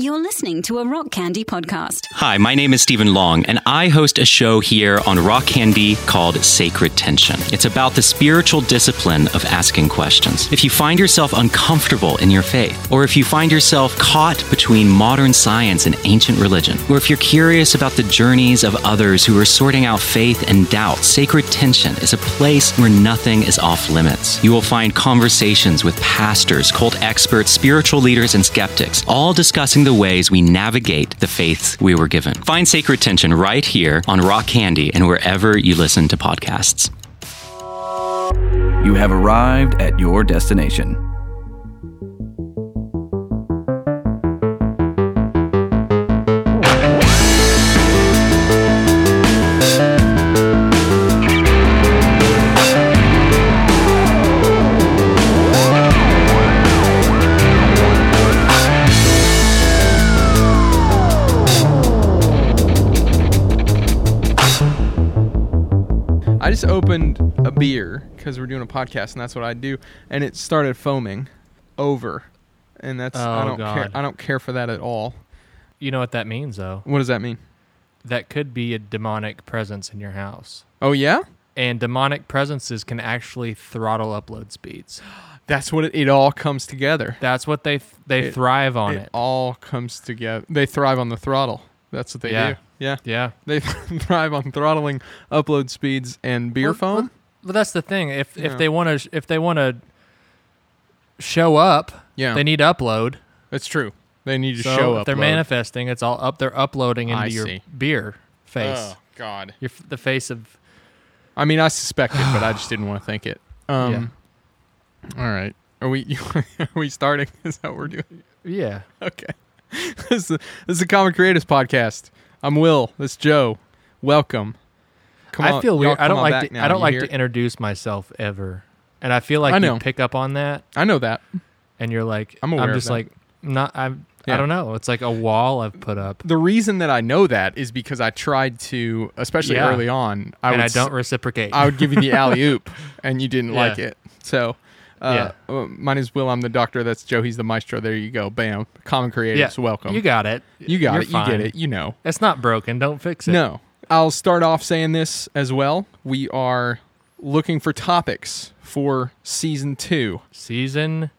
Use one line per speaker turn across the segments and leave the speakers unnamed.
You're listening to a Rock Candy podcast.
Hi, my name is Stephen Long, and I host a show here on Rock Candy called Sacred Tension. It's about the spiritual discipline of asking questions. If you find yourself uncomfortable in your faith, or if you find yourself caught between modern science and ancient religion, or if you're curious about the journeys of others who are sorting out faith and doubt, Sacred Tension is a place where nothing is off limits. You will find conversations with pastors, cult experts, spiritual leaders, and skeptics, all discussing the ways we navigate the faiths we were given. Find Sacred Tension right here on Rock Candy and wherever you listen to podcasts.
You have arrived at your destination.
I just opened a beer because we're doing a podcast and that's what I do, and it started foaming over, and that's I
Oh,
don't care.
God.
I don't care for that at all.
You know what that means, though?
What does that mean?
That could be a demonic presence in your house.
Oh yeah,
And demonic presences can actually throttle upload speeds.
that's what it, it all comes together.
That's what they they
It-
thrive on it.
all comes together. They thrive on the throttle. That's what they
Yeah.
do. Yeah,
Yeah.
they thrive on throttling upload speeds and beer
Well,
foam.
Well, that's the thing. If
Yeah.
if they want to if they want to show up,
Yeah.
they need to upload.
That's true. They need to
So
show
if
up.
they're manifesting, it's all up. They're uploading into
I
your
see.
beer face.
Oh God.
Your f- the face of
I mean, I suspected, but I just didn't want to think it. Um, All right. Are we are we starting? Is that what we're doing?
yeah.
Okay. this, is the, this is the Common Creators Podcast. I'm Will. This is Joe. Welcome. Come
I
on-
feel
y'all
weird.
come
I don't
on
like
back
to,
now.
I don't
You
like
hear
to
it?
introduce myself ever, and I feel like
I know.
you pick up on that.
I know that.
and you're like
I'm
I'm,
aware of
just
that.
like not I'm
Yeah.
I don't know. It's like a wall I've put up
The reason that I know that is because I tried to, especially
Yeah.
early on. I
and
would
I
s-
don't reciprocate.
I would give you the alley oop, and you didn't
Yeah.
like it. So, uh, uh, my name is Will. I'm the doctor. That's Joe. He's the maestro. There you go. Bam. Common creators. Welcome.
You got it.
You got
You're
it. You
fine.
get it. You know.
It's not broken. Don't fix it.
No. I'll start off saying this as well. We are looking for topics for season two
Season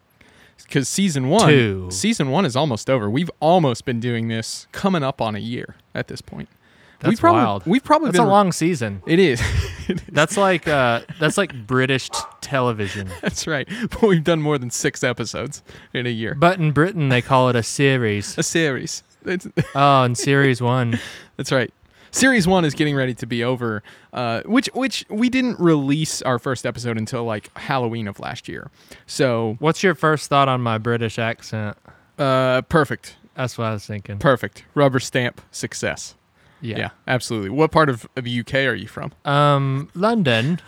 because season one,
Two.
season one is almost over. We've almost been doing this coming up on a year at this point.
that's
we probably,
wild.
We've probably
that's
been
a long season.
It is.
That's like uh that's like British t- television.
That's right. But we've done more than six episodes in a year.
But in Britain they call it a series.
a series. It's,
Oh, and series one.
That's right. Series one is getting ready to be over, uh, which which we didn't release our first episode until like Halloween of last year. So
What's your first thought on my British accent?
uh, perfect,
That's what I was thinking.
perfect. Rubber stamp success. Yeah.
yeah.
absolutely. What part of, of the UK are you from?
Um London.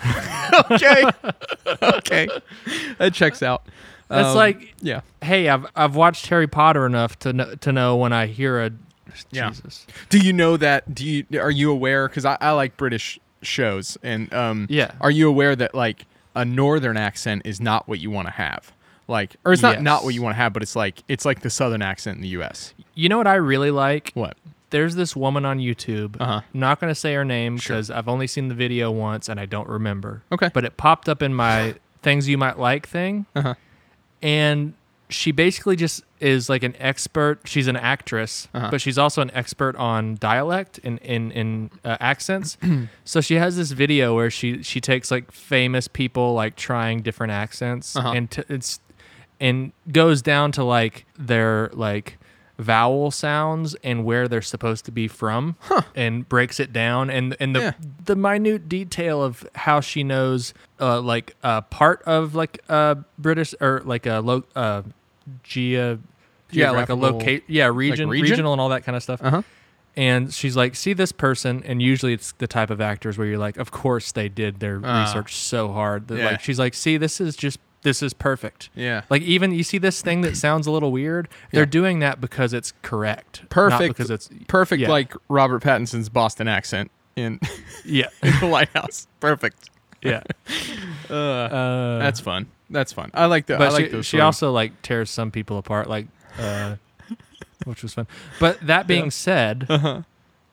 Okay, okay, that checks out.
That's
Um,
like
yeah,
hey, I've I've watched Harry Potter enough to know, to know when I hear a
Yeah.
Jesus.
Do you know that? Do you are you aware? Because I, I like British shows, and um,
Yeah.
are you aware that like a northern accent is not what you want to have? Like, or it's not
Yes.
not what you want to have, but it's like it's like the southern accent in the U.S.
You know what I really like?
What?
There's this woman on YouTube.
Uh-huh.
I'm not going to say her name because I've only seen the video once and I don't remember.
Okay.
But it popped up in my things you might like thing.
Uh-huh.
And she basically just is like an expert. She's an actress, but she's also an expert on dialect and in in uh, accents. so she has this video where she she takes like famous people like trying different accents and t- it's and goes down to like their like vowel sounds and where they're supposed to be from and breaks it down and and the
Yeah.
the minute detail of how she knows uh like uh part of like uh british or like a lo- uh geo yeah like a
Geographical-
locate yeah region,
region? Uh-huh.
regional and all that kind of stuff and she's like see this person and usually it's the type of actors where you're like of course they did their
Ah.
research so hard that
Yeah.
like she's like see this is just this is perfect
Yeah.
like even you see this thing that sounds a little weird they're doing that because it's correct not
Perfect,
because it's
perfect,
yeah.
like Robert Pattinson's Boston accent in
yeah
the lighthouse. Perfect.
yeah Uh,
That's fun. That's fun. I like the. I
but
like
she,
those.
she
sort of-
also like tears some people apart like uh which was fun. But that being said,
Uh-huh.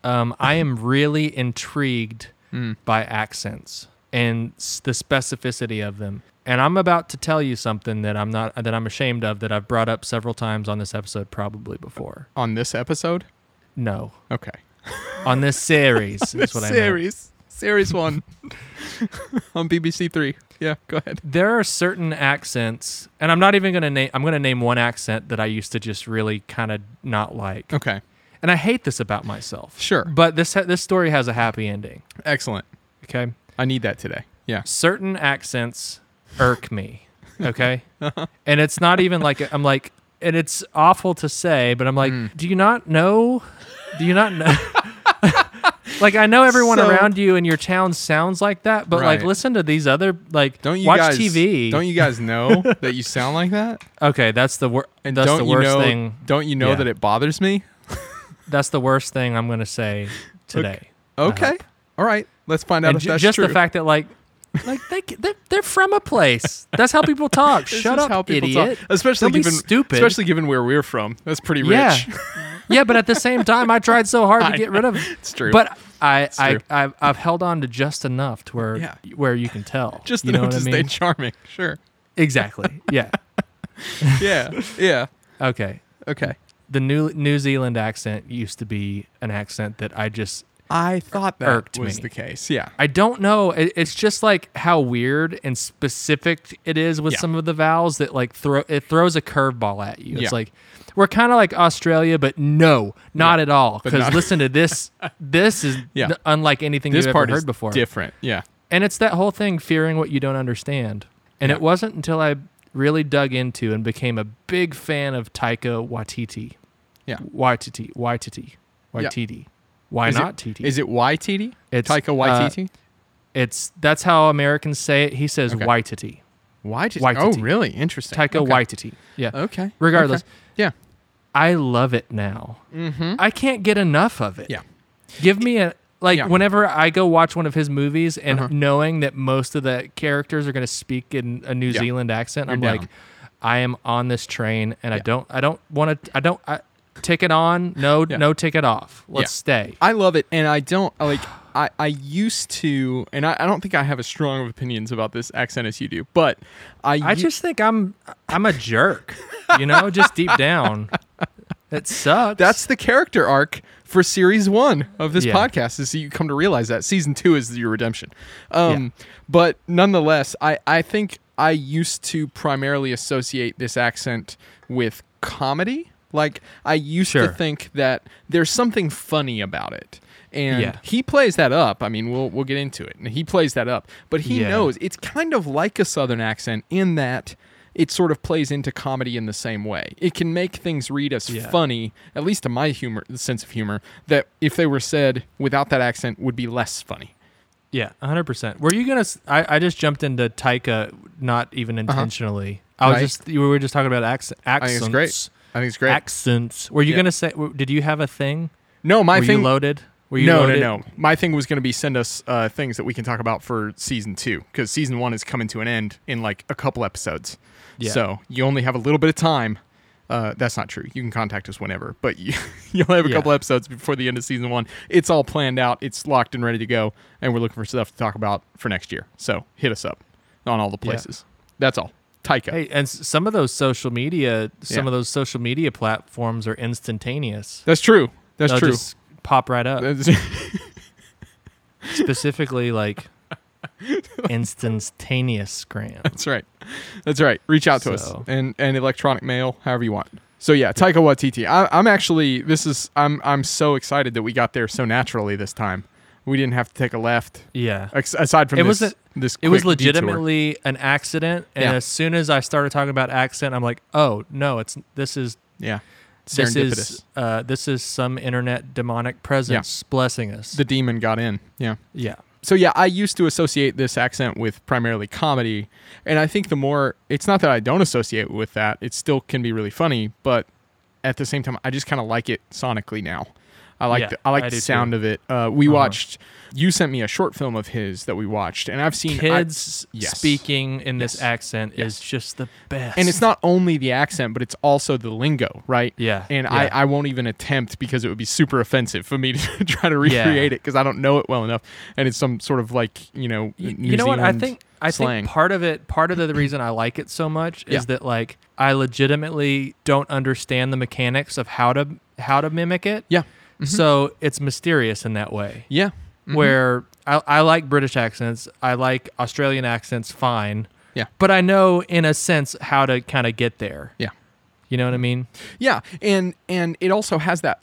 um, I am really intrigued
Hmm.
by accents and s- the specificity of them. And I'm about to tell you something that I'm not that I'm ashamed of that I've brought up several times on this episode, probably before.
on this episode.
No,
Okay.
on this series is what I meant.
series, series one on BBC Three. Yeah, go ahead.
there are certain accents, and I'm not even gonna name. I'm gonna name one accent that I used to just really kind of not like,
Okay,
and I hate this about myself.
Sure.
but this ha- this story has a happy ending.
excellent.
Okay,
I need that today. Yeah.
certain accents irk me. Okay,
Uh-huh.
and it's not even like I'm like, and it's awful to say, but I'm like,
Hmm.
do you not know? Do you not know? like I know everyone
So-
around you in your town sounds like that, but like
Right.
listen to these other like
Don't you
watch
guys,
TV.
Don't you guys know that you sound like that?
Okay, that's the worst.
And
That's
don't
the worst
you know?
thing.
Don't you know
yeah.
that it bothers me?
That's the worst thing I'm gonna say today.
Okay. All right. Let's find out
And
if
ju-
that's
just
true.
the fact that like, like they they're, they're from a place. That's how people talk.
This
Shut
is
up,
how people
idiot.
talk. Especially
Don't be
given
stupid.
Especially given where we're from. That's pretty rich.
yeah, yeah. But at the same time, I tried so hard
I
to get rid of.
It's true.
But I I,
true.
I I've held on to just enough to where
Yeah.
where you can tell.
just
you
enough
know what
to
I
stay
mean?
charming. Sure.
exactly. Yeah.
Yeah. yeah.
Okay.
Okay.
The New New Zealand accent used to be an accent that I just
I thought that
irked
was
me.
the case. Yeah.
I don't know. It, it's just like how weird and specific it is with
Yeah.
some of the vowels that like throw it throws a curveball at you.
Yeah.
It's like we're kind of like Australia, but no, not at all.
But
Because
not-
listen to this. This is
Yeah.
n- unlike anything
This
you've
part
ever
is
heard before.
different. Yeah.
and it's that whole thing fearing what you don't understand. And it wasn't until I really dug into and became a big fan of Taika Waititi.
Yeah.
Waititi. Waititi. Waititi. Why
Is it-
not Titi?
Is it YTD?
It's,
Taika
uh,
Waititi?
It's that's how Americans say it. He says
Okay.
Waititi.
Waititi. Oh,
Waititi.
really? Interesting.
Taika
okay.
Waititi. Yeah.
Okay.
Regardless,
Okay. Yeah.
I love it now. Mm-hmm. I can't get enough of it.
Yeah.
Give me a like
Yeah. Uh-huh.
whenever I go watch one of his movies and knowing that most of the characters are going to speak in a New
Yeah.
Zealand accent, I'm
down.
like I am on this train and I don't I don't want to I don't I, ticket on, no
Yeah.
no ticket off. Let's
Yeah.
stay.
I love it, and I don't like. I I used to, and I, I don't think I have as strong of opinions about this accent as you do, but I
I
u-
just think I'm I'm a jerk, you know, just deep down. It sucks.
that's the character arc for series one of this
Yeah.
podcast is you come to realize that season two is your redemption um, but nonetheless I, I think i used to primarily associate this accent with comedy like i used
Sure.
to think that there's something funny about it and
Yeah.
he plays that up i mean we'll, we'll get into it and he plays that up but he
Yeah.
knows it's kind of like a southern accent in that it sort of plays into comedy in the same way it can make things read as
Yeah.
funny, at least to my humor, sense of humor, that if they were said without that accent would be less funny.
Yeah, 100%. Were you going to I I just jumped into Taika not even intentionally. I was
Uh-huh. Right.
just you were just talking about accent,
I
accents.
think it's great. I think it's great.
Accents. Were you
Yeah.
going to say w- did you have a thing?
no, my
Were
thing.
you loaded? Were you
no,
loaded?
no, no. My thing was going to be send us uh, things that we can talk about for season two because season one is coming to an end in like a couple episodes.
Yeah.
So you only have a little bit of time. Uh, that's not true. You can contact us whenever, but you, you'll have a
Yeah.
couple episodes before the end of season one. It's all planned out. It's locked and ready to go, and we're looking for stuff to talk about for next year. So hit us up on all the
Yeah.
places. That's all. Taika.
Hey, and s- some of those social media some
Yeah.
of those social media platforms are instantaneous.
That's true. That's
They'll
true.
just pop right up.
That's-
specifically like instantaneous grams.
That's right. That's right. Reach out to us
So-
and and electronic mail, however you want. So yeah, Taika Waititi. I, I'm actually this is I'm I'm so excited that we got there so naturally this time. We didn't have to take a left.
Yeah.
Ex- aside from
It
this,
wasn't-
this
It was
quick detour.
legitimately an accident, and
Yeah.
as soon as I started talking about accent, I'm like, "Oh no, it's this is
yeah,
this
serendipitous.
is uh, this is some internet demonic presence blessing us."
the demon got in. Yeah.
yeah,
so yeah, I used to associate this accent with primarily comedy, and I think the more it's not that I don't associate with that, it still can be really funny, but at the same time, I just kind of like it sonically now. I like
Yeah,
the, I like
I do
the
too. Uh-huh.
sound of it. Uh, we watched. You sent me a short film of his that we watched, and I've seen I-
Kids
Yes.
speaking in this accent
Yes.
is just the best.
and it's not only the accent, but it's also the lingo, right?
Yeah,
And
yeah.
I, I won't even attempt because it would be super offensive for me to try to recreate it because I don't know it well enough, and it's some sort of like you know
Y-
New
you know what? I
Zealand
think I
slang.
think part of it, part of the, the reason I like it so much
Yeah.
is that like I legitimately don't understand the mechanics of how to how to mimic it.
yeah,
So it's mysterious in that way.
yeah,
Mm. Mm-hmm. Where I, I like British accents, I like Australian accents, fine.
Yeah.
But I know in a sense how to kind of get there.
yeah.
You know what I mean?
Yeah, and and it also has that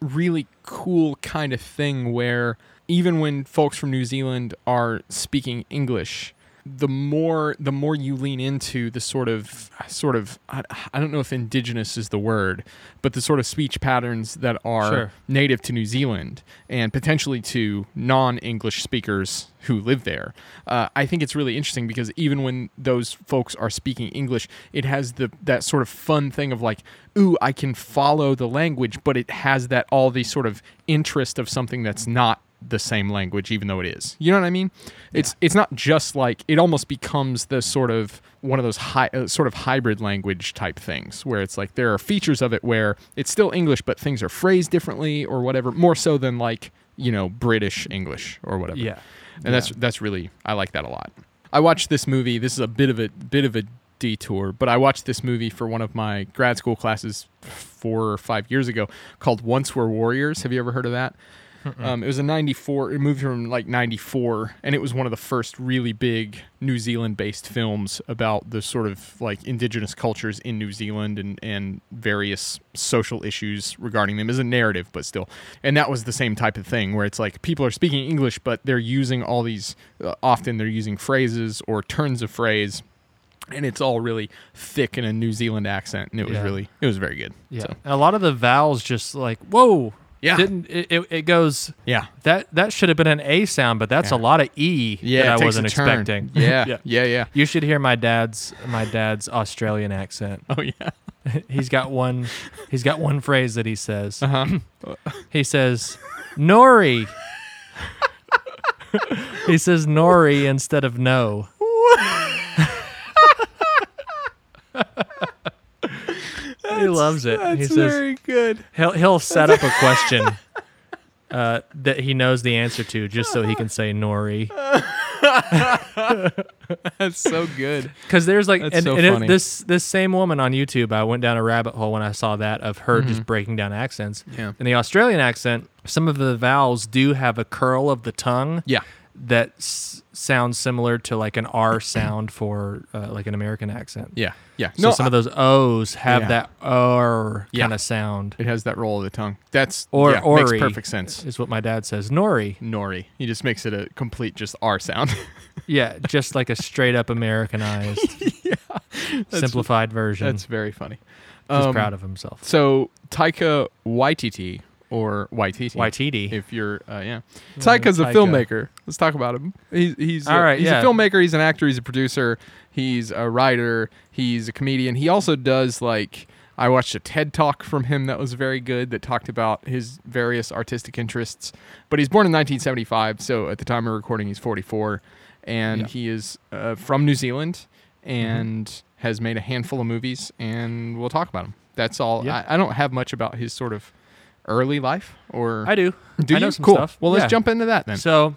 really cool kind of thing where even when folks from New Zealand are speaking English, the more the more you lean into the sort of sort of I, I don't know if indigenous is the word, but the sort of speech patterns that are
Sure.
native to New Zealand and potentially to non-English speakers who live there. Uh, I think it's really interesting because even when those folks are speaking English, it has the that sort of fun thing of like, ooh, I can follow the language, but it has that all the sort of interest of something that's not the same language, even though it is. You know what I mean? It's it's not just like it almost becomes the sort of one of those high, uh, sort of hybrid language type things where it's like there are features of it where it's still English, but things are phrased differently or whatever, more so than like you know British English or whatever.
Yeah.
and that's that's really I like that a lot. I watched this movie. This is a bit of a bit of a detour, but I watched this movie for one of my grad school classes four or five years ago called Once We're Warriors. Have you ever heard of that?
Mm.
Um, it was a 94, it moved from like 94, and it was one of the first really big New Zealand based films about the sort of like indigenous cultures in New Zealand and, and various social issues regarding them as a narrative, but still. And that was the same type of thing where it's like people are speaking English, but they're using all these, uh, often they're using phrases or turns of phrase. And it's all really thick in a New Zealand accent, and it was
Yeah.
really, it was very good.
Yeah.
So,
And a lot of the vowels just like, whoa.
Yeah.
Didn't it, it, it goes
yeah.
that that should have been an A sound, but that's a lot of E
Yeah, it
that I
takes
wasn't
a turn.
expecting.
Yeah, yeah, yeah.
You should hear my dad's my dad's Australian accent.
Oh yeah.
He's got one he's got one phrase that he says. he says Nori. he says Nori instead of no. he loves it. he says
good.
he'll he'll set up a question uh, that he knows the answer to just so he can say Nori.
That's so good.
Because there's like,
That's
and,
so
and it-
funny.
this this same woman on YouTube, I went down a rabbit hole when I saw that of her just breaking down accents.
Mm-hmm. Yeah.
In the Australian accent, some of the vowels do have a curl of the tongue.
Yeah.
That s- sounds similar to like an R sound for uh, like an American accent.
Yeah. Yeah.
So some of those O's have
Yeah.
that R
Yeah.
kind of sound.
it has that roll of the tongue. That's
Or
yeah,
Ori
makes perfect sense.
is what my dad says. Nori.
Nori. He just makes it a complete just R sound.
Yeah, just like a straight up Americanized, simplified version.
That's very funny.
He's
um,
proud of himself.
So Taika Waititi or Waititi.
YTD.
If you're, uh, yeah, Taika's a
Mm-hmm. Taika.
filmmaker. Let's talk about him. He's he's
All
a,
right,
He's
yeah.
a filmmaker. He's an actor. He's a producer. He's a writer. He's a comedian. He also does like I watched a TED talk from him that was very good that talked about his various artistic interests. But he's born in 1975, so at the time of recording, he's 44, and
Yeah. Mm-hmm.
he is uh, from New Zealand and has made a handful of movies. And we'll talk about him. That's all.
Yeah.
I, I don't have much about his sort of early life or
I do.
do
I
you?
know some
cool.
stuff.
Well, let's
Yeah.
jump into that then.
So,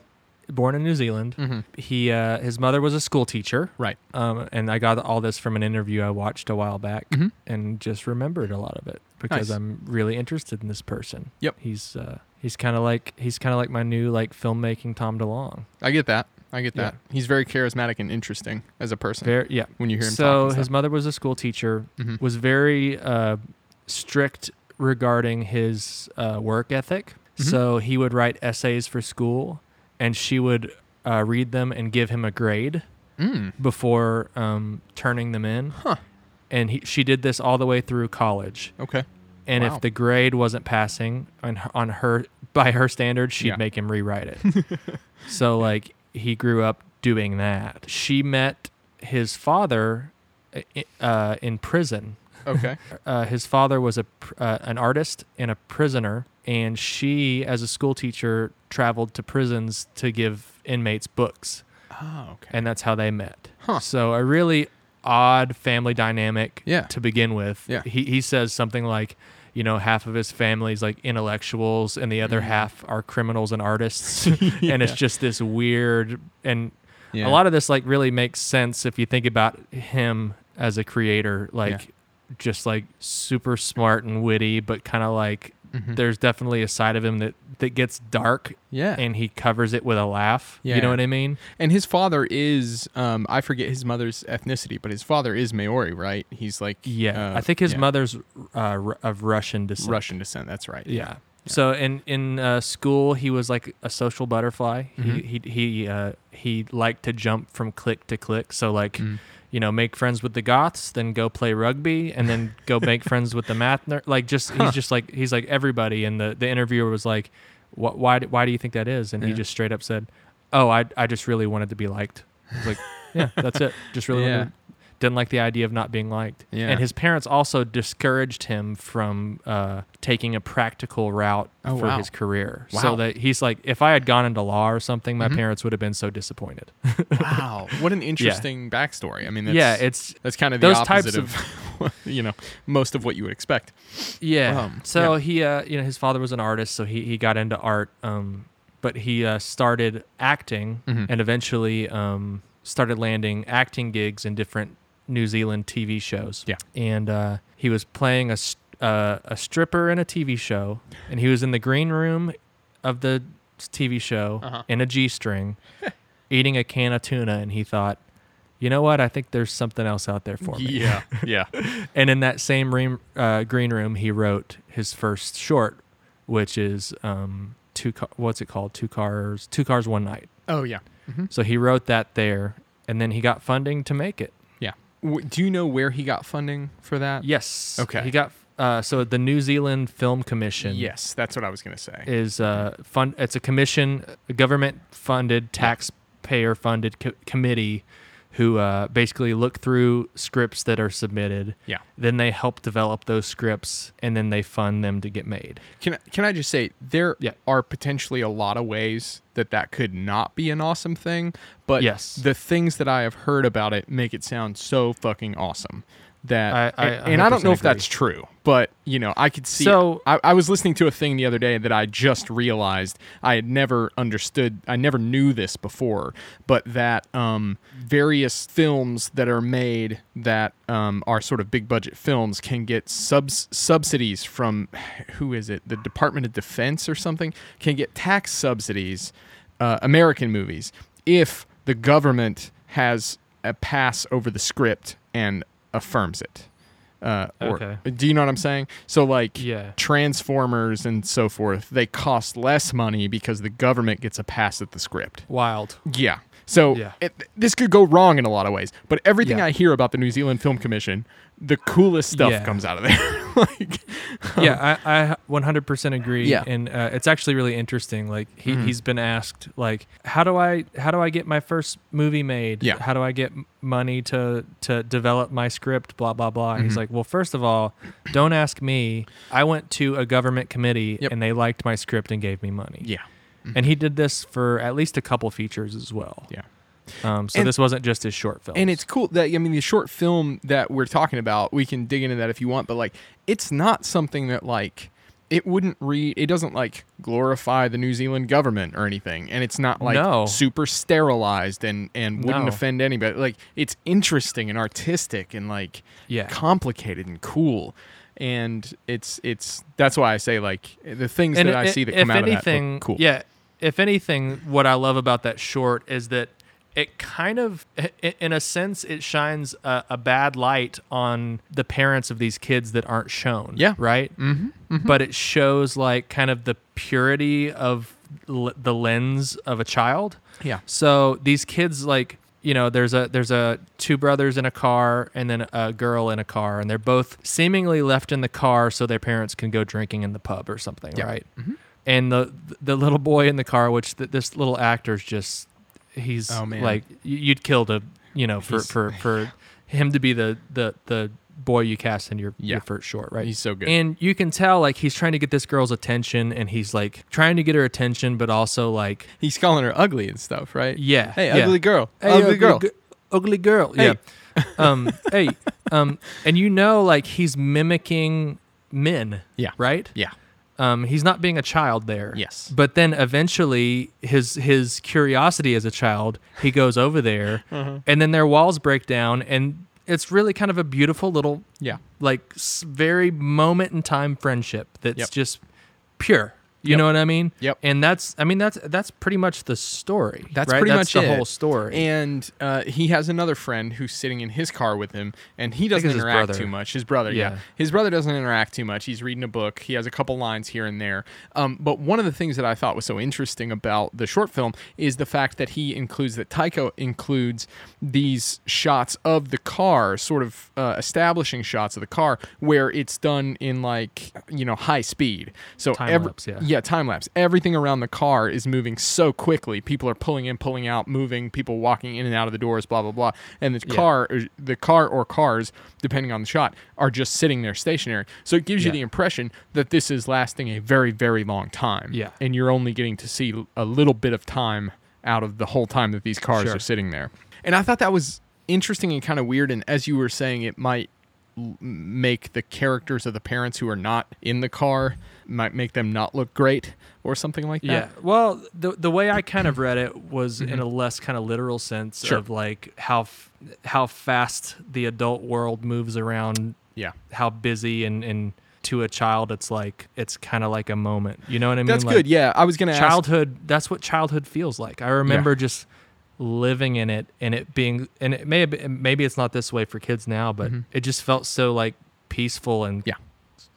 born in New Zealand,
Mm-hmm.
he uh, his mother was a school teacher,
right.
um, and I got all this from an interview I watched a while back, and just remembered a lot of it because
Mm-hmm. Nice.
I'm really interested in this person.
Yep.
he's uh, he's kind of like he's kind of like my new like filmmaking Tom DeLong.
I get that. I get
Yeah.
that. He's very charismatic and interesting as a person.
Very yeah.
when you hear him talk
so
and
his
stuff.
mother was a school teacher,
Mhm.
was very uh, strict regarding his uh, work ethic.
Mm-hmm.
So he would write essays for school, and she would uh, read them and give him a grade.
Mm.
before um, turning them in.
Huh.
And he, she did this all the way through college.
Okay.
And
Wow.
if the grade wasn't passing on her, on her by her standards, she'd
Yeah.
make him rewrite it. so like he grew up doing that. She met his father uh, i- uh, in prison.
Okay.
Uh, his father was a pr- uh, an artist and a prisoner and she, as a school teacher, traveled to prisons to give inmates books,
Oh, okay.
and that's how they met.
Huh.
So a really odd family dynamic
Yeah.
to begin with.
Yeah.
He he says something like, you know, half of his family's like intellectuals and the other
Mm.
half are criminals and artists. And it's just this weird and
Yeah.
a lot of this like really makes sense if you think about him as a creator, like just like super smart and witty, but kind of like there's definitely a side of him that that gets dark
Mm-hmm. yeah.
and he covers it with a laugh. You
Yeah.
know what I mean?
And his father is, um, I forget his mother's ethnicity, but his father is Maori, right? He's like,
Yeah,
uh,
I think his
yeah,
mother's uh, Ru- of Russian descent.
Russian descent. That's right.
Yeah. So in in uh, school, he was like a social butterfly. He
Mm-hmm.
he he, uh, he liked to jump from click to click. So like,
Mm.
you know, make friends with the Goths, then go play rugby, and then go make friends with the math nerd. Like just he's just like he's like everybody. And the the interviewer was like, "Wh- "Why do- why do you think that is?" And he just straight up said, "Oh, I I just really wanted to be liked." I was like, "Yeah, that's it. Just really
Yeah.
wanted." Didn't like the idea of not being liked.
Yeah.
And his parents also discouraged him from uh, taking a practical route
Oh,
for
wow.
his career.
Wow. Mm-hmm.
So that he's like, if I had gone into law or something, my parents would have been so disappointed.
Wow. What an interesting backstory. I mean, that's,
yeah, it's
that's kind of the
those
opposite
types
of, you know, most of what you would expect.
yeah.
Um,
so he, uh, you know, his father was an artist, so he he got into art, um, but he uh, started acting
Mm-hmm.
and eventually um, started landing acting gigs in different New Zealand TV shows.
Yeah.
and uh, he was playing a st- uh, a stripper in a TV show, and he was in the green room of the s- TV show
Uh-huh.
in a g string, eating a can of tuna, and he thought, you know what? I think there's something else out there for me.
Yeah. Yeah.
And in that same room, uh, green room, he wrote his first short, which is um, two. Ca- what's it called? Two cars. Two cars, one night.
oh, yeah.
So he wrote that there, and then he got funding to make it.
Yeah. W- do you know where he got funding for that?
Yes.
Okay.
He got uh, so the New Zealand Film Commission.
Yes. That's what I was going to say.
Is uh fund? It's a commission, a government-funded, taxpayer-funded co- committee, who uh, basically look through scripts that are submitted.
yeah.
then they help develop those scripts and then they fund them to get made.
Can can I just say there
Yeah.
are potentially a lot of ways that that could not be an awesome thing, but
Yes.
the things that I have heard about it make it sound so fucking awesome that
I- I
and, and I don't know
100%
if that's true, but you know I could see.
So-
I, I was listening to a thing the other day that I just realized I had never understood. I never knew this before, but that um, various films that are made that um, are sort of big budget films can get subs- subsidies from who is it? The Department of Defense or something can get tax subsidies. Uh, American movies if the government has a pass over the script and affirms it. Uh, or,
Okay.
Do you know what I'm saying? So like
Yeah.
Transformers and so forth, they cost less money because the government gets a pass at the script.
Wild.
Yeah. So
Yeah.
It, this could go wrong in a lot of ways, but everything
Yeah.
I hear about the New Zealand Film Commission, the coolest stuff
Yeah.
comes out of there. like
yeah, I, I 100% agree.
Yeah. Mm-hmm.
And uh, it's actually really interesting. Like he, he's been asked like, how do I, how do I get my first movie made?
Yeah.
How do I get m- money to, to develop my script? Blah, blah, blah.
Mm-hmm.
He's like, well, first of all, don't ask me. I went to a government committee
Yep.
and they liked my script and gave me money.
yeah.
And he did this for at least a couple features as well.
Yeah.
Um, so
And-
this wasn't just his short film.
And it's cool that I mean the short film that we're talking about, we can dig into that if you want, but like it's not something that like it wouldn't read it doesn't like glorify the New Zealand government or anything. And it's not like
No.
super sterilized and and wouldn't
No.
offend anybody. Like it's interesting and artistic and like
Yeah.
complicated and cool. And it's it's that's why I say like the things that I
i-
see that
if
come out
anything,
of that look cool.
Yeah, if anything, what I love about that short is that it kind of, i- in a sense, it shines a, a bad light on the parents of these kids that aren't shown.
Yeah.
right. Mm-hmm, But it shows like kind of the purity of l- the lens of a child.
Yeah.
So these kids like you know there's a there's a two brothers in a car and then a girl in a car and they're both seemingly left in the car so their parents can go drinking in the pub or something right and the the little boy in the car which th- this little actor's just he's
Oh, man.
like y- you'd kill to you know for for for him to be the the the boy you cast in your,
Yeah.
your first short, right?
He's so good.
And you can tell like he's trying to get this girl's attention and he's like trying to get her attention, but also like
He's calling her ugly and stuff, right?
Yeah,
Hey,
yeah.
ugly girl.
Hey,
ugly, girl.
gu- ugly girl.
Hey.
Yeah. um, hey, um, and you know, like he's mimicking men.
Yeah.
Right.
yeah.
Um, he's not being a child there.
Yes.
But then eventually, his his curiosity as a child, he goes over there,
Uh-huh.
and then their walls break down, and it's really kind of a beautiful little,
Yeah.
like s- very moment in time friendship that's
Yep.
just pure. You
Yep.
know what I mean?
Yep.
And that's, I mean, that's that's pretty much the story.
That's
right?
pretty
that's
much
the
it.
whole story.
And uh, he has another friend who's sitting in his car with him, and he doesn't
it's his
interact
brother.
too much. His brother, yeah.
Yeah.
his brother doesn't interact too much. He's reading a book. He has a couple lines here and there. Um, but one of the things that I thought was so interesting about the short film is the fact that he includes that Tycho includes these shots of the car, sort of uh, establishing shots of the car, where it's done in like you know high speed. So
Time
every-
lapse, yeah.
yeah, time lapse. Everything around the car is moving so quickly. People are pulling in, pulling out, moving. People walking in and out of the doors. Blah blah blah. And the car, uh, the car or cars, depending on the shot, are just sitting there stationary. So it gives you
Yeah.
the impression that this is lasting a very very long time.
Yeah.
and you're only getting to see a little bit of time out of the whole time that these cars
Sure.
are sitting there. And I thought that was interesting and kind of weird. And as you were saying, it might make the characters of the parents who are not in the car might make them not look great or something like that.
Yeah. Well, the the way I kind of read it was in a less kind of literal sense
Mm-hmm. Sure.
of like how f- how fast the adult world moves around,
Yeah.
how busy and and to a child it's like it's kind of like a moment. You know what I mean?
That's
Like,
good. Yeah. I was going to ask.
Childhood. That's what childhood feels like. I remember just living in it and it being and it may have been, maybe it's not this way for kids now, but it just felt so like peaceful and
Mm-hmm. Yeah.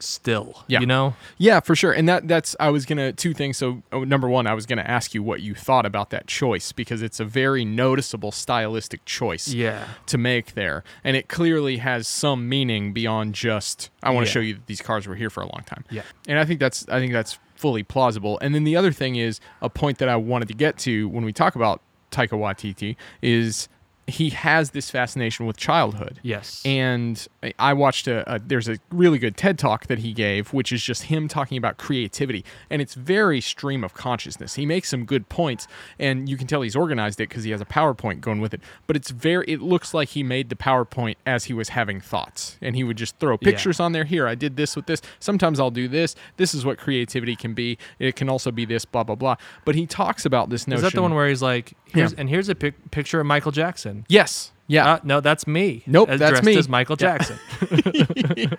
still.
Yeah.
You know.
Yeah, for sure. And that that's I was going to two things. So oh, number 1, I was going to ask you what you thought about that choice because it's a very noticeable stylistic choice.
Yeah.
to make there. And it clearly has some meaning beyond just I want to
Yeah.
show you that these cars were here for a long time.
Yeah.
And I think that's I think that's fully plausible. And then the other thing is a point that I wanted to get to when we talk about Taika Waititi is he has this fascination with childhood.
Yes.
And I- I watched a, a there's a really good TED talk that he gave, which is just him talking about creativity, and it's very stream of consciousness. He makes some good points, and you can tell he's organized it because he has a PowerPoint going with it. But it's very it looks like he made the PowerPoint as he was having thoughts, and he would just throw pictures on there. Here, I did this with this. Sometimes I'll do this. This is what creativity can be. It can also be this. Blah blah blah. But he talks about this notion.
Is that the one where he's like, here's,
Yeah.
and here's a pic- picture of Michael Jackson?
Yes. Yeah.
Uh, no, that's me.
Nope,
Uh,
that's
dressed
me.
As Michael Jackson.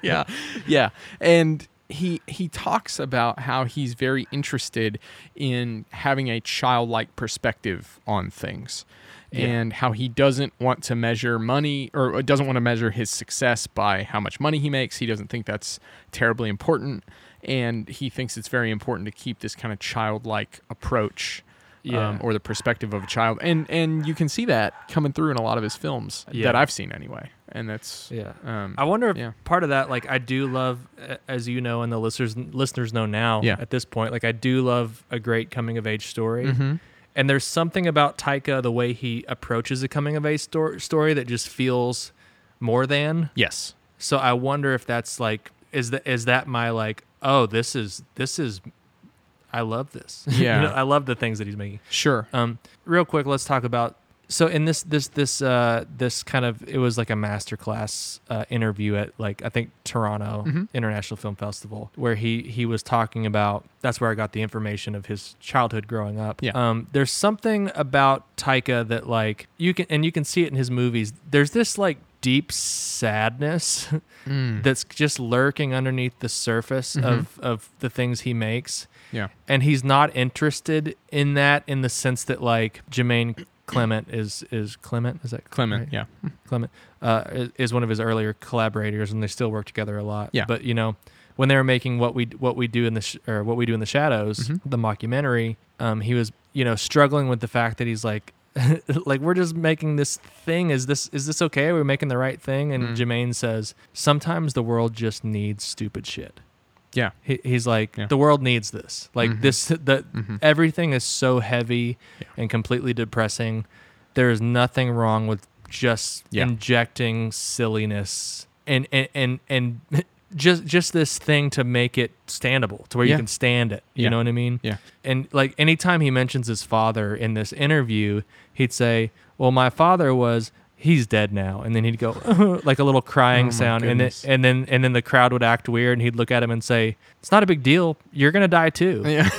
yeah yeah and he he talks about how he's very interested in having a childlike perspective on things and how he doesn't want to measure money or doesn't want to measure his success by how much money he makes he doesn't think that's terribly important and he thinks it's very important to keep this kind of childlike approach um,
Yeah.
or the perspective of a child and and you can see that coming through in a lot of his films
Yeah.
that i've seen anyway and that's
yeah.
um,
I wonder if
yeah.
part of that, like, I do love, uh, as you know, and the listeners listeners know now.
Yeah.
At this point, like, I do love a great coming of age story.
Mm-hmm.
And there's something about Taika, the way he approaches a coming of age stor- story, that just feels more than.
yes
So I wonder if that's like is that is that my like oh this is this is I love this. You
Yeah.
know, I love the things that he's making.
sure
Um real quick let's talk about so in this this this uh this kind of it was like a masterclass uh interview at like I think Toronto International Film Festival where he he was talking about that's where I got the information of his childhood growing up.
Yeah.
Um there's something about Taika that like you can and you can see it in his movies. There's this like deep sadness that's just lurking underneath the surface of of the things he makes
yeah
and he's not interested in that in the sense that like Jermaine Clement is is Clement is that
Clement,
right? Hmm.
yeah.
Clement uh, is- is one of his earlier collaborators and they still work together a lot
Yeah.
but you know when they were making what we what we do in the sh- or what we do in the shadows
Mm-hmm.
the mockumentary um, he was you know struggling with the fact that he's like like we're just making this thing is this is this okay are we making the right thing
Mm.
and Jermaine says sometimes the world just needs stupid shit
Yeah.
He, he's like,
Yeah. Mm-hmm.
the world needs this. Like this, the everything is so heavy and completely depressing. There is nothing wrong with just
Yeah.
injecting silliness and and and and just just this thing to make it standable to where
Yeah.
you can stand it. You
Yeah.
know what I mean?
Yeah.
And like anytime he mentions his father in this interview, he'd say, "Well, my father was." He's dead now, and then he'd go like a little crying
Oh my
sound,
goodness.
and then and then and then the crowd would act weird, and he'd look at him and say, "It's not a big deal. You're gonna die too."
Yeah.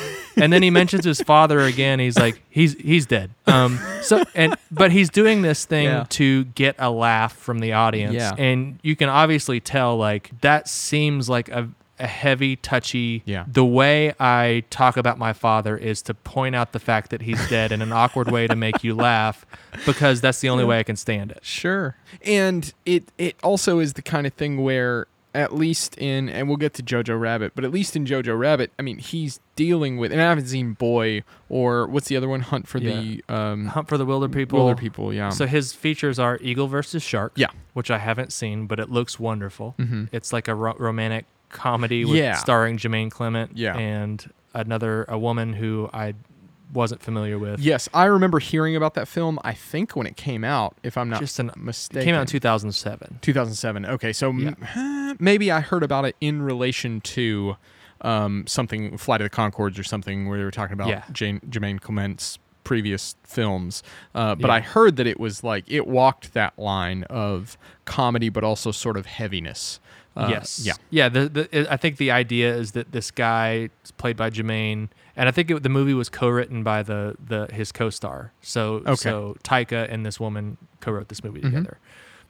and then he mentions his father again. He's like, he's he's dead. Um, so and but he's doing this thing
Yeah.
to get a laugh from the audience,
Yeah.
and you can obviously tell like that seems like a a heavy, touchy.
Yeah.
The way I talk about my father is to point out the fact that he's dead in an awkward way to make you laugh, because that's the only way I can stand it.
Sure. And it it also is the kind of thing where at least in and we'll get to Jojo Rabbit, but at least in Jojo Rabbit, I mean, he's dealing with and I haven't seen Boy or what's the other one? Hunt for the um
Hunt for the Wilder People.
Wilder People, yeah.
So his features are Eagle versus Shark.
Um, Yeah. Mm-hmm.
Which I haven't seen, but it looks wonderful. It's like a ro- romantic comedy with
Yeah.
starring Jermaine Clement
Yeah.
and another a woman who I wasn't familiar with.
yes, I remember hearing about that film I think when it came out, if I'm not
Just an
mistaken.
It came out in 2007.
2007. Okay, so m- maybe I heard about it in relation to um, something, Flight of the Concords or something, where they were talking about
Yeah.
Jane, Jermaine Clement's previous films. Uh, but
Yeah.
I heard that it was like, it walked that line of comedy, but also sort of heaviness. Uh,
yes.
Yeah.
Yeah. The, the, I think the idea is that this guy is played by Jermaine, and I think it, the movie was co-written by the the his co-star. So so Taika and this woman co-wrote this movie
Mm-hmm.
together.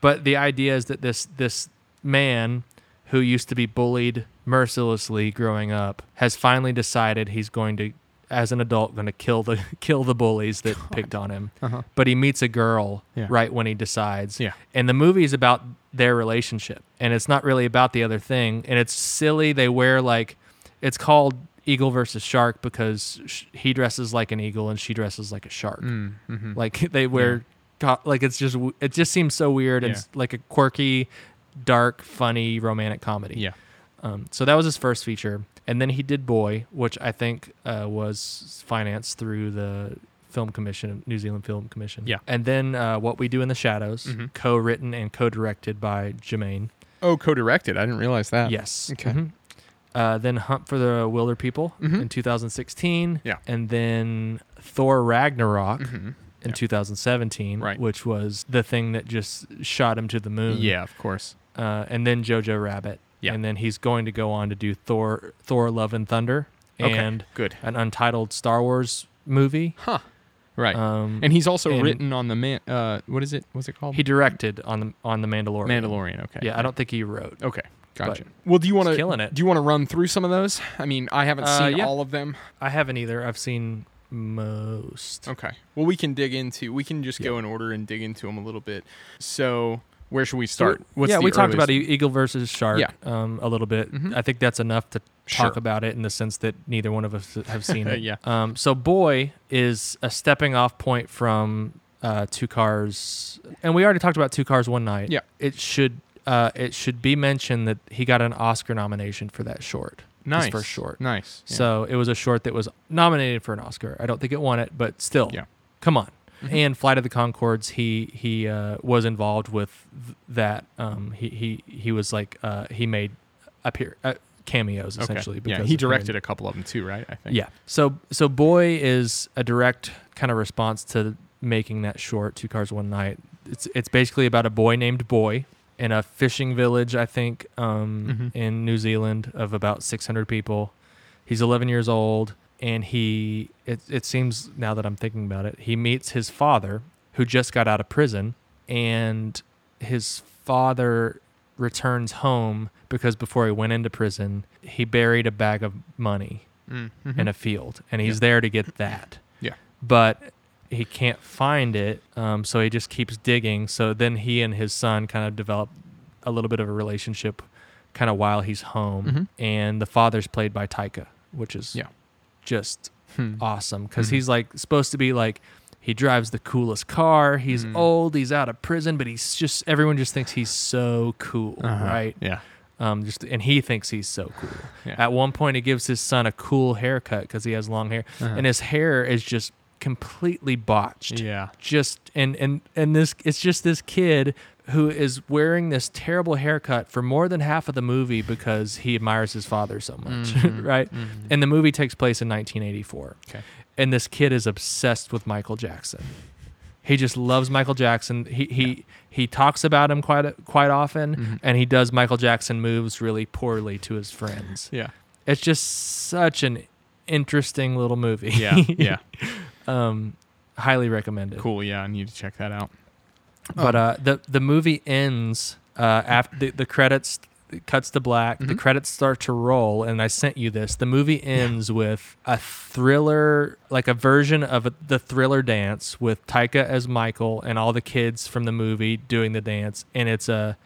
But the idea is that this this man who used to be bullied mercilessly growing up has finally decided he's going to as an adult going to kill the kill the bullies that picked on him. But he meets a girl
Uh-huh. Yeah.
right when he decides.
Yeah.
And the movie is about their relationship and it's not really about the other thing and it's silly they wear like it's called Eagle versus Shark because sh- he dresses like an eagle and she dresses like a shark.
Mm.
Like they wear co- like it's just w- it just seems so weird and
Yeah.
s- like a quirky dark funny romantic comedy.
Yeah.
Um, so that was his first feature, and then he did Boy, which I think uh, was financed through the Film Commission, New Zealand Film Commission.
Yeah. Mm-hmm.
And then uh, What We Do in the Shadows, co-written and co-directed by Jermaine.
Oh, co directed. I didn't realize that.
yes.
Oh, Okay. Mm-hmm.
Mhm. Uh, then Hunt for the Wilder People in 2016.
Yeah. Mm-hmm.
And then Thor Ragnarok. In 2017,
Right.
which was the thing that just shot him to the moon
Yeah, of course.
uh, and then Jojo Rabbit.
Yeah.
And then he's going to go on to do Thor, Thor, Love and Thunder,
Okay,
and
good.
an untitled Star Wars movie.
Huh. Right.
Um,
and he's also
and-
written on the man. Uh, what is it? What's it called?
He directed on the on the Mandalorian.
Mandalorian. Okay.
Yeah, I don't think he wrote.
Okay, gotcha.
But
well, do you want to
it's killing it.
Do you want to run through some of those? I mean, I haven't
Uh,
seen
yeah.
all of them.
I haven't either. I've seen most.
Okay. Well, we can dig into. We can just go in order and dig into them a little bit. So, where should we start?
yeah,
the
we
earliest-
talked about E- Eagle versus Shark
Yeah. Mm-hmm.
um, a little bit. I think that's enough to
Sure.
talk about it in the sense that neither one of us have seen it.
Yeah.
Um, so Boy is a stepping off point from uh, Two Cars, and we already talked about Two Cars One Night.
Yeah.
It should uh, it should be mentioned that he got an Oscar nomination for that short.
nice
his first short.
Nice. Yeah.
So it was a short that was nominated for an Oscar. I don't think it won it, but still,
Yeah. Mm-hmm.
come on. And Flight of the Concords, he he uh, was involved with th- that. Um, he he he was like uh, he made appear uh, cameos
Okay.
essentially.
yeah,
of
he
him.
directed a couple of them too, right? I think.
Yeah. So so boy is a direct kind of response to making that short two cars one night. It's it's basically about a boy named Boy in a fishing village I think um, in New Zealand of about 600 people. He's 11 years old and he it it seems now that I'm thinking about it, he meets his father who just got out of prison and his father returns home because before he went into prison, he buried a bag of money
Mm-hmm.
in a field, and he's there to get that.
Yeah.
But he can't find it, um, so he just keeps digging. So then he and his son kind of develop a little bit of a relationship, kind of while he's home, and the father's played by Taika, which is
Mm-hmm. Yeah. Hmm. Mm-hmm.
just awesome because he's like supposed to be like. He drives the coolest car. He's
Mm.
old. He's out of prison, but he's just everyone just thinks he's so cool,
Uh-huh.
right?
Yeah.
Um, just and he thinks he's so cool.
Yeah.
At one point, he gives his son a cool haircut because he has long hair, and his hair is just completely botched.
Uh-huh. Yeah.
Just and and and this it's just this kid who is wearing this terrible haircut for more than half of the movie because he admires his father so much, right? And the movie takes place in 1984.
Mm-hmm. Okay.
And this kid is obsessed with Michael Jackson. He just loves Michael Jackson. He he he talks about him quite quite often,
Mm-hmm.
and he does Michael Jackson moves really poorly to his friends.
Yeah.
It's just such an interesting little movie.
Yeah. Yeah.
um, highly recommended.
cool. Yeah. I need to check that out.
But uh, the the movie ends uh, after the, the credits it cuts to black. The credits start to roll, and I sent you this. The movie ends with a thriller, like a version of a, the thriller dance with Taika as Michael and all the kids from the movie doing the dance, and it's a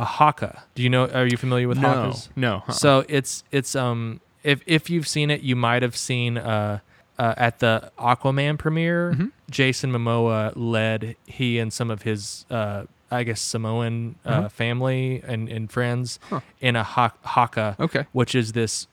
a haka. Do you know? Are you familiar with
No.
hakas?
No. uh-uh.
So it's it's um if if you've seen it, you might have seen uh, uh at the Aquaman premiere, Jason Momoa led he and some of his uh I guess Samoan uh, family and and friends in a ha- haka,
Okay.
which is this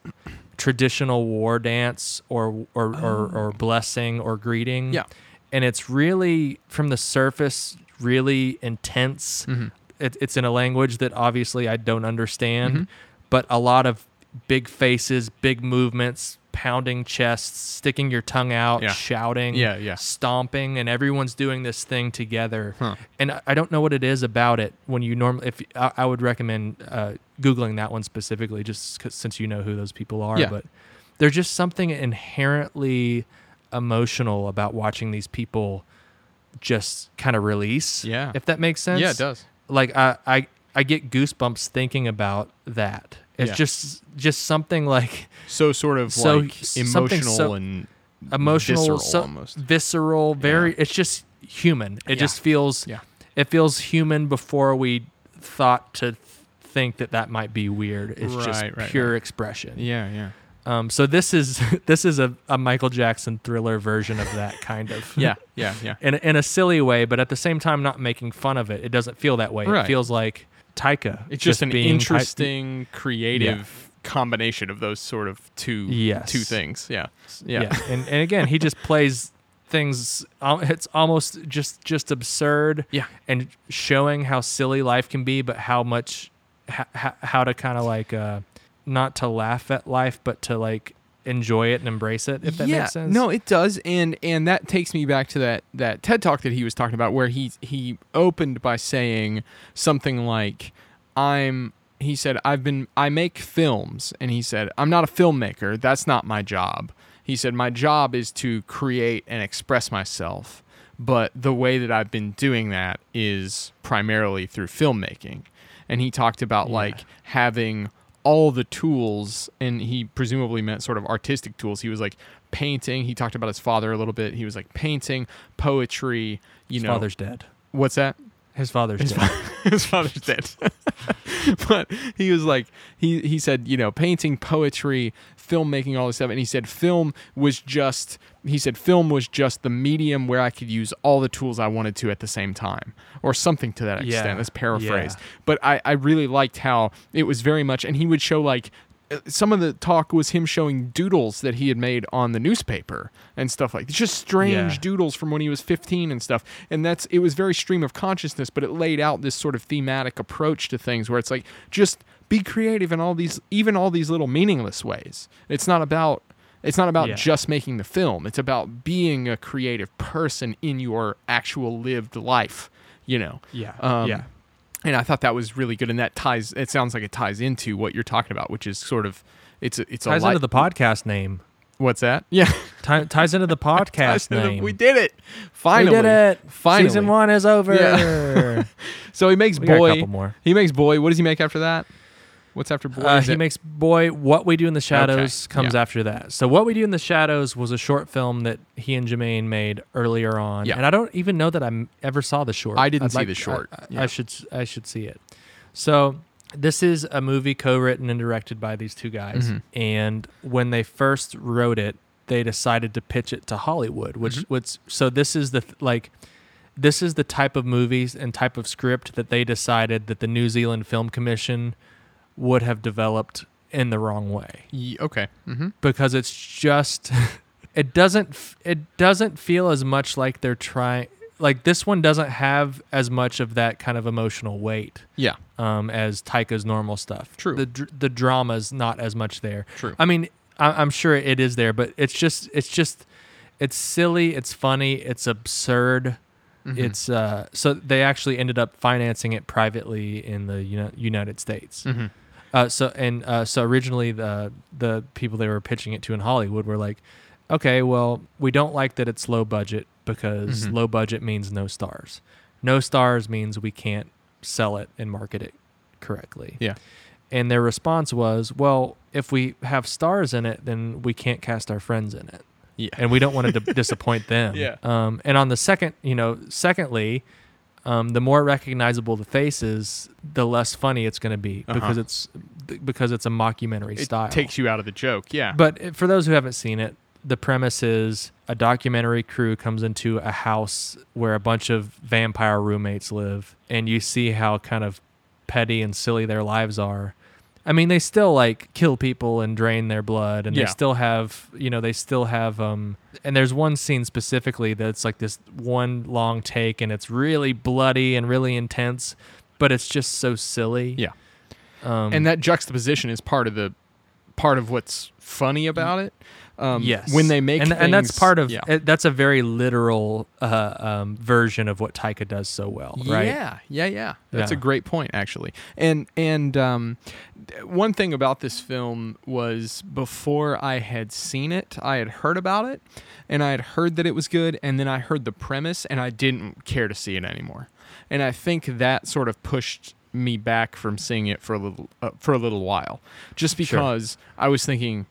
traditional war dance or or or, or blessing or greeting.
Oh. Yeah.
and it's really from the surface really intense
Mm-hmm.
it, it's in a language that obviously I don't understand,
Mm-hmm.
but a lot of big faces, big movements, pounding chests, sticking your tongue out,
Yeah.
shouting,
Yeah, yeah.
stomping, and everyone's doing this thing together. And I- I don't know what it is about it. When you normally, if I, I would recommend uh, googling that one specifically, just 'cause- since you know who those people are.
Yeah.
But there's just something inherently emotional about watching these people just kind of release.
Yeah.
If that makes sense.
Yeah, it does.
Like I I, I get goosebumps thinking about that. It's
Yeah.
just just something like
So sort of
So
like
something
emotional
so-
and
emotional,
visceral
so-
almost.
visceral. Very. It's just human. It just feels.
Yeah.
It feels human before we thought to th- think that that might be weird. It's just
Right, right,
pure
right.
expression.
Yeah. Yeah.
Um. So this is this is a, a Michael Jackson thriller version of that kind of.
Yeah. Yeah. Yeah.
in, in a silly way, but at the same time, not making fun of it. It doesn't feel that way.
Right.
It feels like Taika.
It's just, an
being Ty-
interesting, creative combination of those sort of two
Yes.
two things. Yeah.
yeah.
Yeah.
And, and again, he just plays things. al- It's almost just just absurd.
Yeah.
And showing how silly life can be, but how much, how, how to kind of like, uh, not to laugh at life, but to like enjoy it and embrace it. If that
yeah,
makes sense.
No, it does, and and that takes me back to that that TED talk that he was talking about, where he he opened by saying something like, "I'm." He said, "I've been I make films," and he said, "I'm not a filmmaker. That's not my job." He said, "My job is to create and express myself." But the way that I've been doing that is primarily through filmmaking. And he talked about like having all the tools and he presumably meant sort of artistic tools he was like painting he talked about his father a little bit he was like painting poetry you
his
know
father's dead.
what's that
His father's dead.
his father's dead but he was like he he said you know painting poetry filmmaking all this stuff and he said film was just he said film was just the medium where i could use all the tools i wanted to at the same time or something to that extent
Yeah.
that's paraphrased
Yeah.
but I, I really liked how it was very much and he would show like uh, some of the talk was him showing doodles that he had made on the newspaper and stuff like just strange
Yeah.
doodles from when he was 15 and stuff and that's it was very stream of consciousness but it laid out this sort of thematic approach to things where it's like just be creative in all these even all these little meaningless ways it's not about it's not about
Yeah.
just making the film it's about being a creative person in your actual lived life you know
Yeah.
um,
yeah.
and I thought that was really good, and that ties. It sounds like it ties into what you're talking about, which is sort of it's a, it's a
Ties
li-
into the podcast name.
what's that? Yeah,
Ti- ties into the
Ties
podcast
into the-
name.
we did it. Finally,
we did it.
Finally,
Season one is over.
Yeah. So he makes
We got a
boy.
couple more.
He makes boy. What does he make after that? What's after boy?
Uh,
Is
he
it-
makes boy. What we do in the shadows
Okay,
comes
yeah.
after that. So what we do in the shadows was a short film that he and Jermaine made earlier on,
Yeah.
and I don't even know that I m- ever saw the short.
I didn't see
like-
the short.
I, I-
Yeah.
I should. s- I should see it. So this is a movie co-written and directed by these two guys,
Mm-hmm.
and when they first wrote it, they decided to pitch it to Hollywood, which
Mm-hmm.
which so this is the th- like this is the type of movies and type of script that they decided that the New Zealand Film Commission would have developed in the wrong way
Ye- okay. Mm-hmm.
because it's just it doesn't f- it doesn't feel as much like they're trying like this one doesn't have as much of that kind of emotional weight
Yeah.
um, as Taika's normal stuff.
True.
The dr- the drama's not as much there.
True.
I mean, I- I'm sure it is there, but it's just it's just it's silly. It's funny. It's absurd. It's uh, so they actually ended up financing it privately in the Uni- United States. Uh, so and uh, so originally the the people they were pitching it to in Hollywood were like, okay, well we don't like that it's low budget because low budget means no stars. No stars means we can't sell it and market it correctly.
Yeah.
And their response was, well, if we have stars in it, then we can't cast our friends in it.
Yeah.
And we don't want to d- disappoint them.
Yeah.
Um, and on the second, you know, secondly, um, the more recognizable the face is, the less funny it's going to be because it's because it's a mockumentary
Uh-huh. It
style.
takes you out of the joke. Yeah.
But for those who haven't seen it, the premise is a documentary crew comes into a house where a bunch of vampire roommates live, and you see how kind of petty and silly their lives are. I mean, they still like kill people and drain their blood, and
Yeah.
they still have, you know, they still have. um And there's one scene specifically that's like this one long take, and it's really bloody and really intense, but it's just so silly.
yeah.
Um,
and that juxtaposition is part of the part of what's funny about it. Um,
Mm. yes
When they make
and, and that's
things-
part of
yeah.
it, that's a very literal uh, um, version of what taika does so well right
Yeah, yeah, yeah. That's
Yeah.
a great point, actually. And and um, th- one thing about this film was before I had seen it, I had heard about it, and I had heard that it was good, and then I heard the premise, and I didn't care to see it anymore. And I think that sort of pushed me back from seeing it for a little uh, for a little while, just because I was thinking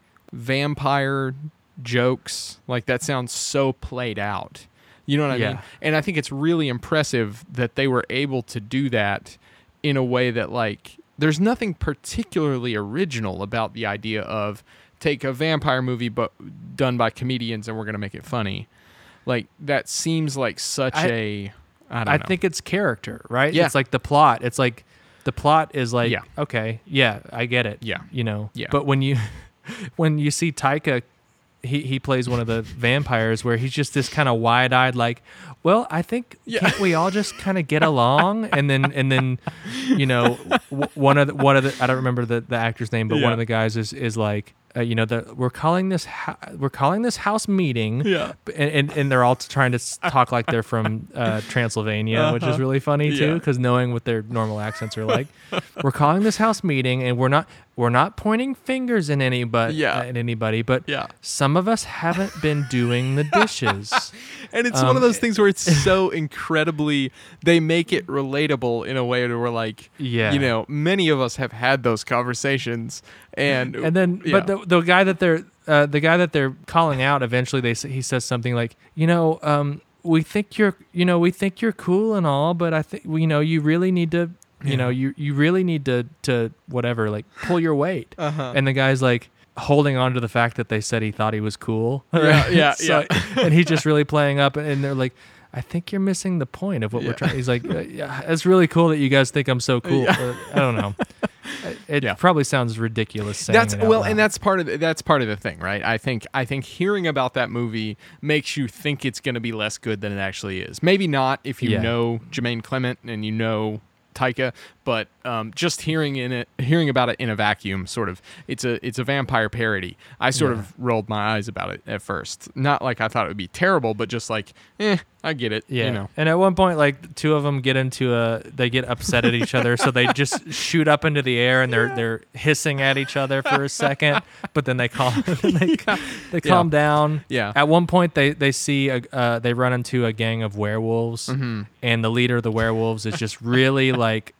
vampire jokes like that sounds so played out. You know what I
Yeah.
mean? And I think it's really impressive that they were able to do that in a way that like there's nothing particularly original about the idea of take a vampire movie but done by comedians and we're going to make it funny. Like that seems like such
I-
a I don't
i
know.
think it's character right
Yeah.
it's like the plot it's like the plot is like
Yeah.
okay yeah i get it
Yeah.
you know
Yeah.
but when you when you see taika he, he plays one of the vampires where he's just this kind of wide eyed like, well I think can't we all just kind of get along and then and then you know w- one of the, one of the I don't remember the, the actor's name but
Yeah.
one of the guys is is like uh, you know the we're calling this ho- we're calling this house meeting
Yeah.
B- and, and and they're all trying to s- talk like they're from uh, Transylvania which is really funny too
Uh-huh. Yeah.
because knowing what their normal accents are like we're calling this house meeting and we're not we're not pointing fingers in anybody
Yeah.
at anybody but
Yeah.
some of us haven't been doing the dishes
And it's
Um,
one of those things where it's so incredibly they make it relatable in a way to where like
Yeah.
you know many of us have had those conversations and
and then
yeah.
but the, the guy that they're uh, the guy that they're calling out eventually they s- he says something like you know um, we think you're you know we think you're cool and all but i think you know you really need to you know you you really need to to whatever like pull your weight uh-huh. and the guy's like holding on to the fact that they said he thought he was cool
Yeah, yeah, yeah.
and he's just really playing up and they're like I think you're missing the point of what
Yeah.
we're trying. He's like, uh, yeah, it's really cool that you guys think I'm so cool. Uh, I don't know. It
Yeah.
probably sounds ridiculous saying
that's
it out
well and
loud.
that's part of the, that's part of the thing right i think i think hearing about that movie makes you think it's going to be less good than it actually is maybe not if you
Yeah.
know jermaine clement and you know taika but um, just hearing in it hearing about it in a vacuum sort of it's a it's a vampire parody i sort of rolled my eyes about it at first not like i thought it would be terrible but just like eh i get it
yeah.
you know
And at one point, like the two of them get into a, they get upset at each other, so they just shoot up into the air and they're they're hissing at each other for a second, but then they calm then they, they calm down.
Yeah.
At one point, they they see a, uh, they run into a gang of werewolves,
Mm-hmm.
and the leader of the werewolves is just really like.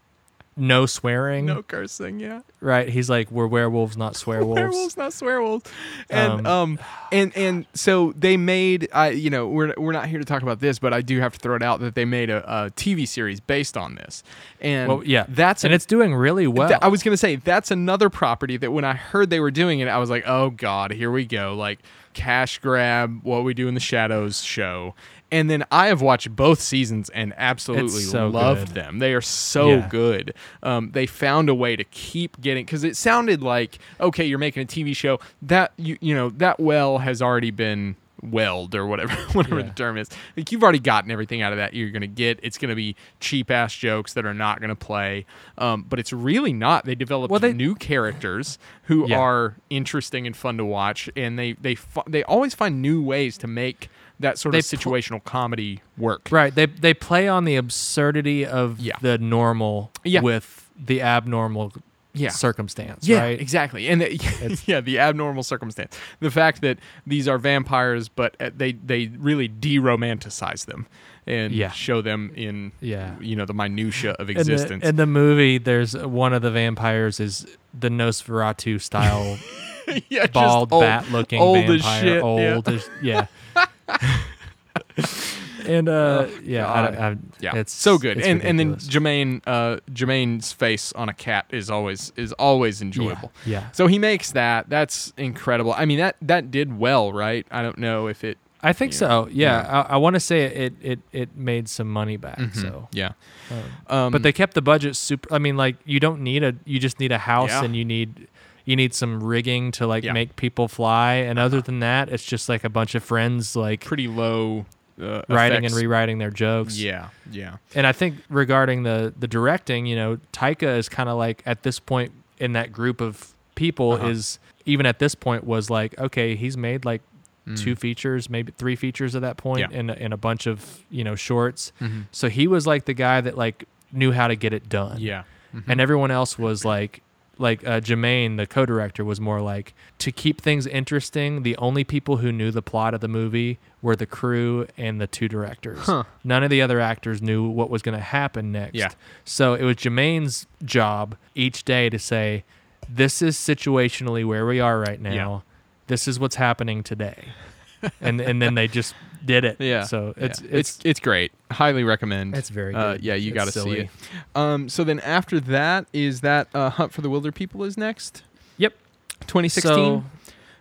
No swearing,
no cursing yeah
right? He's like, we're werewolves, not swearwolves.
werewolves, not swearwolves. And um,
Um,
and and so they made I you know we're we're not here to talk about this, but I do have to throw it out that they made a, a TV series based on this, and
Well, yeah,
that's
and
a-
it's doing really well.
Th- I was gonna say that's another property that when I heard they were doing it, I was like, oh god, here we go, like cash grab, what we do in the shadows show. And then I have watched both seasons and absolutely
It's so
loved
good.
them. They are so
Yeah.
good. Um, they found a way to keep getting because it sounded like okay, you're making a TV show that you you know that well has already been weld or whatever whatever the term is. Like you've already gotten everything out of that you're gonna get. It's gonna be cheap ass jokes that are not gonna play. Um, but it's really not. They developed
Well, they-
new characters who
Yeah.
are interesting and fun to watch, and they they fi- they always find new ways to make that sort of
They pu-
situational comedy work.
Right. They they play on the absurdity of
Yeah.
the normal
Yeah.
with the abnormal
Yeah.
circumstance.
Yeah,
right?
exactly. And the, yeah, the abnormal circumstance, the fact that these are vampires, but uh, they they really de-romanticize them and
Yeah.
show them in
Yeah.
you know the minutia of
In the-
existence.
In the, movie, there's one of the vampires is the Nosferatu style
yeah, just
bald
old-
bat looking
old
vampire.
as shit.
old
yeah.
as yeah. and uh, yeah, I, don't- I,
Oh, Yeah,
it's
so good,
it's
and
ridiculous.
and then Jermaine, uh, Jermaine's face on a cat is always is always enjoyable.
yeah.
So he makes that. That's incredible. I mean that that did well, right? I don't know if it.
I think so. Yeah, I, I want to say it, it it made some money back.
Mm-hmm.
So,
Yeah. Mm.
but they kept the budget super. I mean, like you don't need a you just need a house
Yeah.
and you need you need some rigging to like
Yeah. Uh-huh.
make people fly. And other than that, it's just like a bunch of friends like
Pretty low. Uh,
writing
effects.
and rewriting their jokes.
Yeah. Yeah.
And I think regarding the the directing, you know, Taika is kind of like at this point in that group of people
Uh-huh.
is even at this point was like okay, he's made like two features, maybe three features at that point
Mm. Yeah. Mm-hmm.
and and a bunch of, you know, shorts. So he was like the guy that like knew how to get it done.
Yeah. Mm-hmm.
And everyone else was like like uh, Jermaine, the co-director, was more like to keep things interesting. The only people who knew the plot of the movie were the crew and the two directors. None of the other actors knew what was going to happen next.
Yeah.
So it was Jermaine's job each day to say, "This is situationally where we are right now. This is what's happening today," and and then they just did it.
Yeah.
So
yeah.
it's
it's
it's
it's great. Highly recommend.
It's very
Uh,
good.
yeah, you
It's
got to see
silly.
it. Um, so then after that is that uh, Hunt for the Wilder People is next.
yep.
2016.
So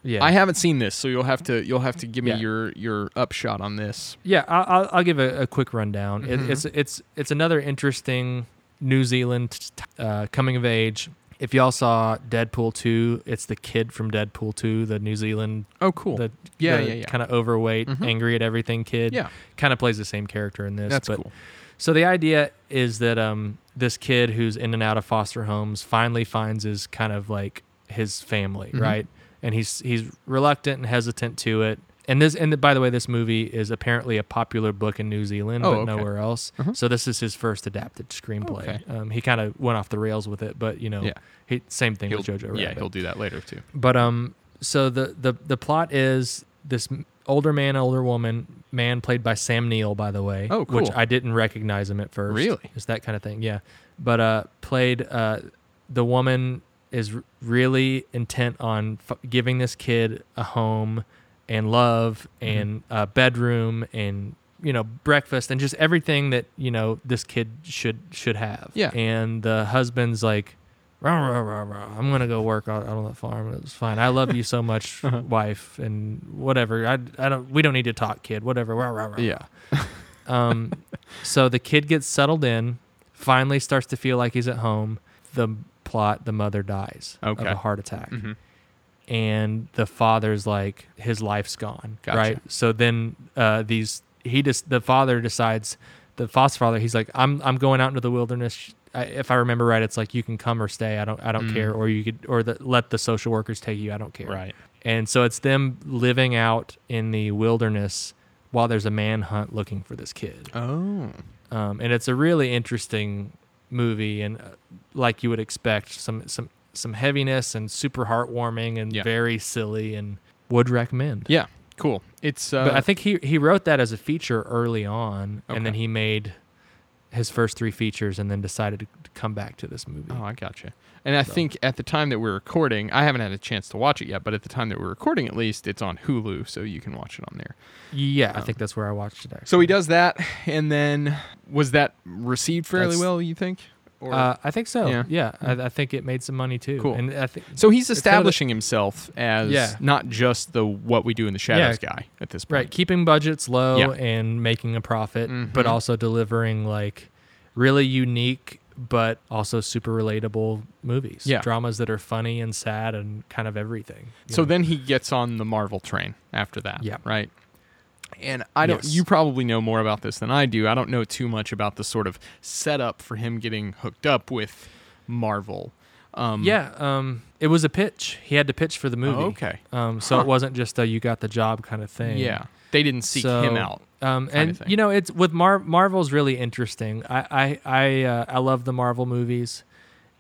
yeah,
I haven't seen this, so you'll have to you'll have to give me
Yeah.
your your upshot on this.
Yeah, I'll, I'll, I'll give a, a quick rundown.
Mm-hmm.
It, it's it's it's another interesting New Zealand uh, coming of age. If y'all saw Deadpool two, it's the kid from Deadpool two, the New Zealand,
Oh, cool.
the,
yeah, yeah, yeah.
kind of overweight, angry at everything kid.
Yeah.
kind of plays the same character in this.
That's
but,
cool.
So the idea is that um, this kid who's in and out of foster homes finally finds his kind of like his family,
Mm-hmm.
right? And he's he's reluctant and hesitant to it. And this and by the way, this movie is apparently a popular book in New Zealand,
Oh,
but
okay. Mm-hmm.
nowhere else. So this is his first adapted screenplay.
Okay.
Um, he kind of went off the rails with it, but you know,
Yeah.
he, same thing
He'll-
with Jojo Rabbit.
yeah, he'll do that later too.
But um, so the the the plot is this m- older man, older woman, man played by Sam Neill, by the way.
Oh,
Which
cool.
I didn't recognize him at first.
Really?
It's that kind of thing. Yeah. But uh, played uh, the woman is r- really intent on f- giving this kid a home and love
Mm-hmm.
and a bedroom and you know breakfast and just everything that you know this kid should should have
Yeah.
and the husband's like "Rah, rah, rah, rah. i'm gonna go work out out on the farm it's fine i love you so much wife and whatever I, I don't we don't need to talk kid whatever rah, rah, rah.
Yeah.
Um, so the kid gets settled in, finally starts to feel like he's at home. The plot, the mother dies
Okay. Mm-hmm.
of a heart attack. And the father's like, his life's gone.
Gotcha.
Right. So then uh, these, he just, the father decides, the foster father, he's like, I'm, I'm going out into the wilderness. I, if I remember right, it's like, you can come or stay. I don't, I
Mm-hmm.
don't care. Or you could, or the, let the social workers take you. I don't care.
Right.
And so it's them living out in the wilderness while there's a manhunt looking for this kid.
Oh.
Um, and it's a really interesting movie, and uh, like you would expect, some some some heaviness and super heartwarming and
Yeah.
very silly, and would recommend.
Yeah. Cool. It's uh,
But I think he he wrote that as a feature early on,
Okay.
and then he made his first three features, and then decided to to come back to this movie.
Oh, I gotcha. And I think at the time that we're recording, I haven't had a chance to watch it yet, but at the time that we're recording, at least, it's on Hulu, so you can watch it on there.
yeah, I think that's where I watched it. Actually.
Oh. So he does that, and then was that received fairly
That's-
well? You think? Or,
uh, I think so.
Yeah.
Yeah, I, I think it made some money too.
Cool.
And I think
so he's
it's kind of the-
establishing himself as
Yeah.
not just the what we do in the shadows
Yeah.
guy at this point.
Right, keeping budgets low
Yeah. Mm-hmm.
and making a profit, but also delivering like really unique but also super relatable movies.
Yeah.
Dramas that are funny and sad and kind of everything. you
So
know?
then he gets on the Marvel train after that.
Yeah.
Right. and I don't.
Yes.
You probably know more about this than I do. I don't know too much about the sort of setup for him getting hooked up with Marvel. Um,
Yeah, um, it was a pitch. He had to pitch for the movie.
Oh, okay.
Um, so
Huh.
it wasn't just a you got the job kind of thing.
yeah. They didn't seek
So,
him out.
Um,
kinda
and
thing.
you know, it's with Mar- Marvel's really interesting. I I I, uh, I love the Marvel movies,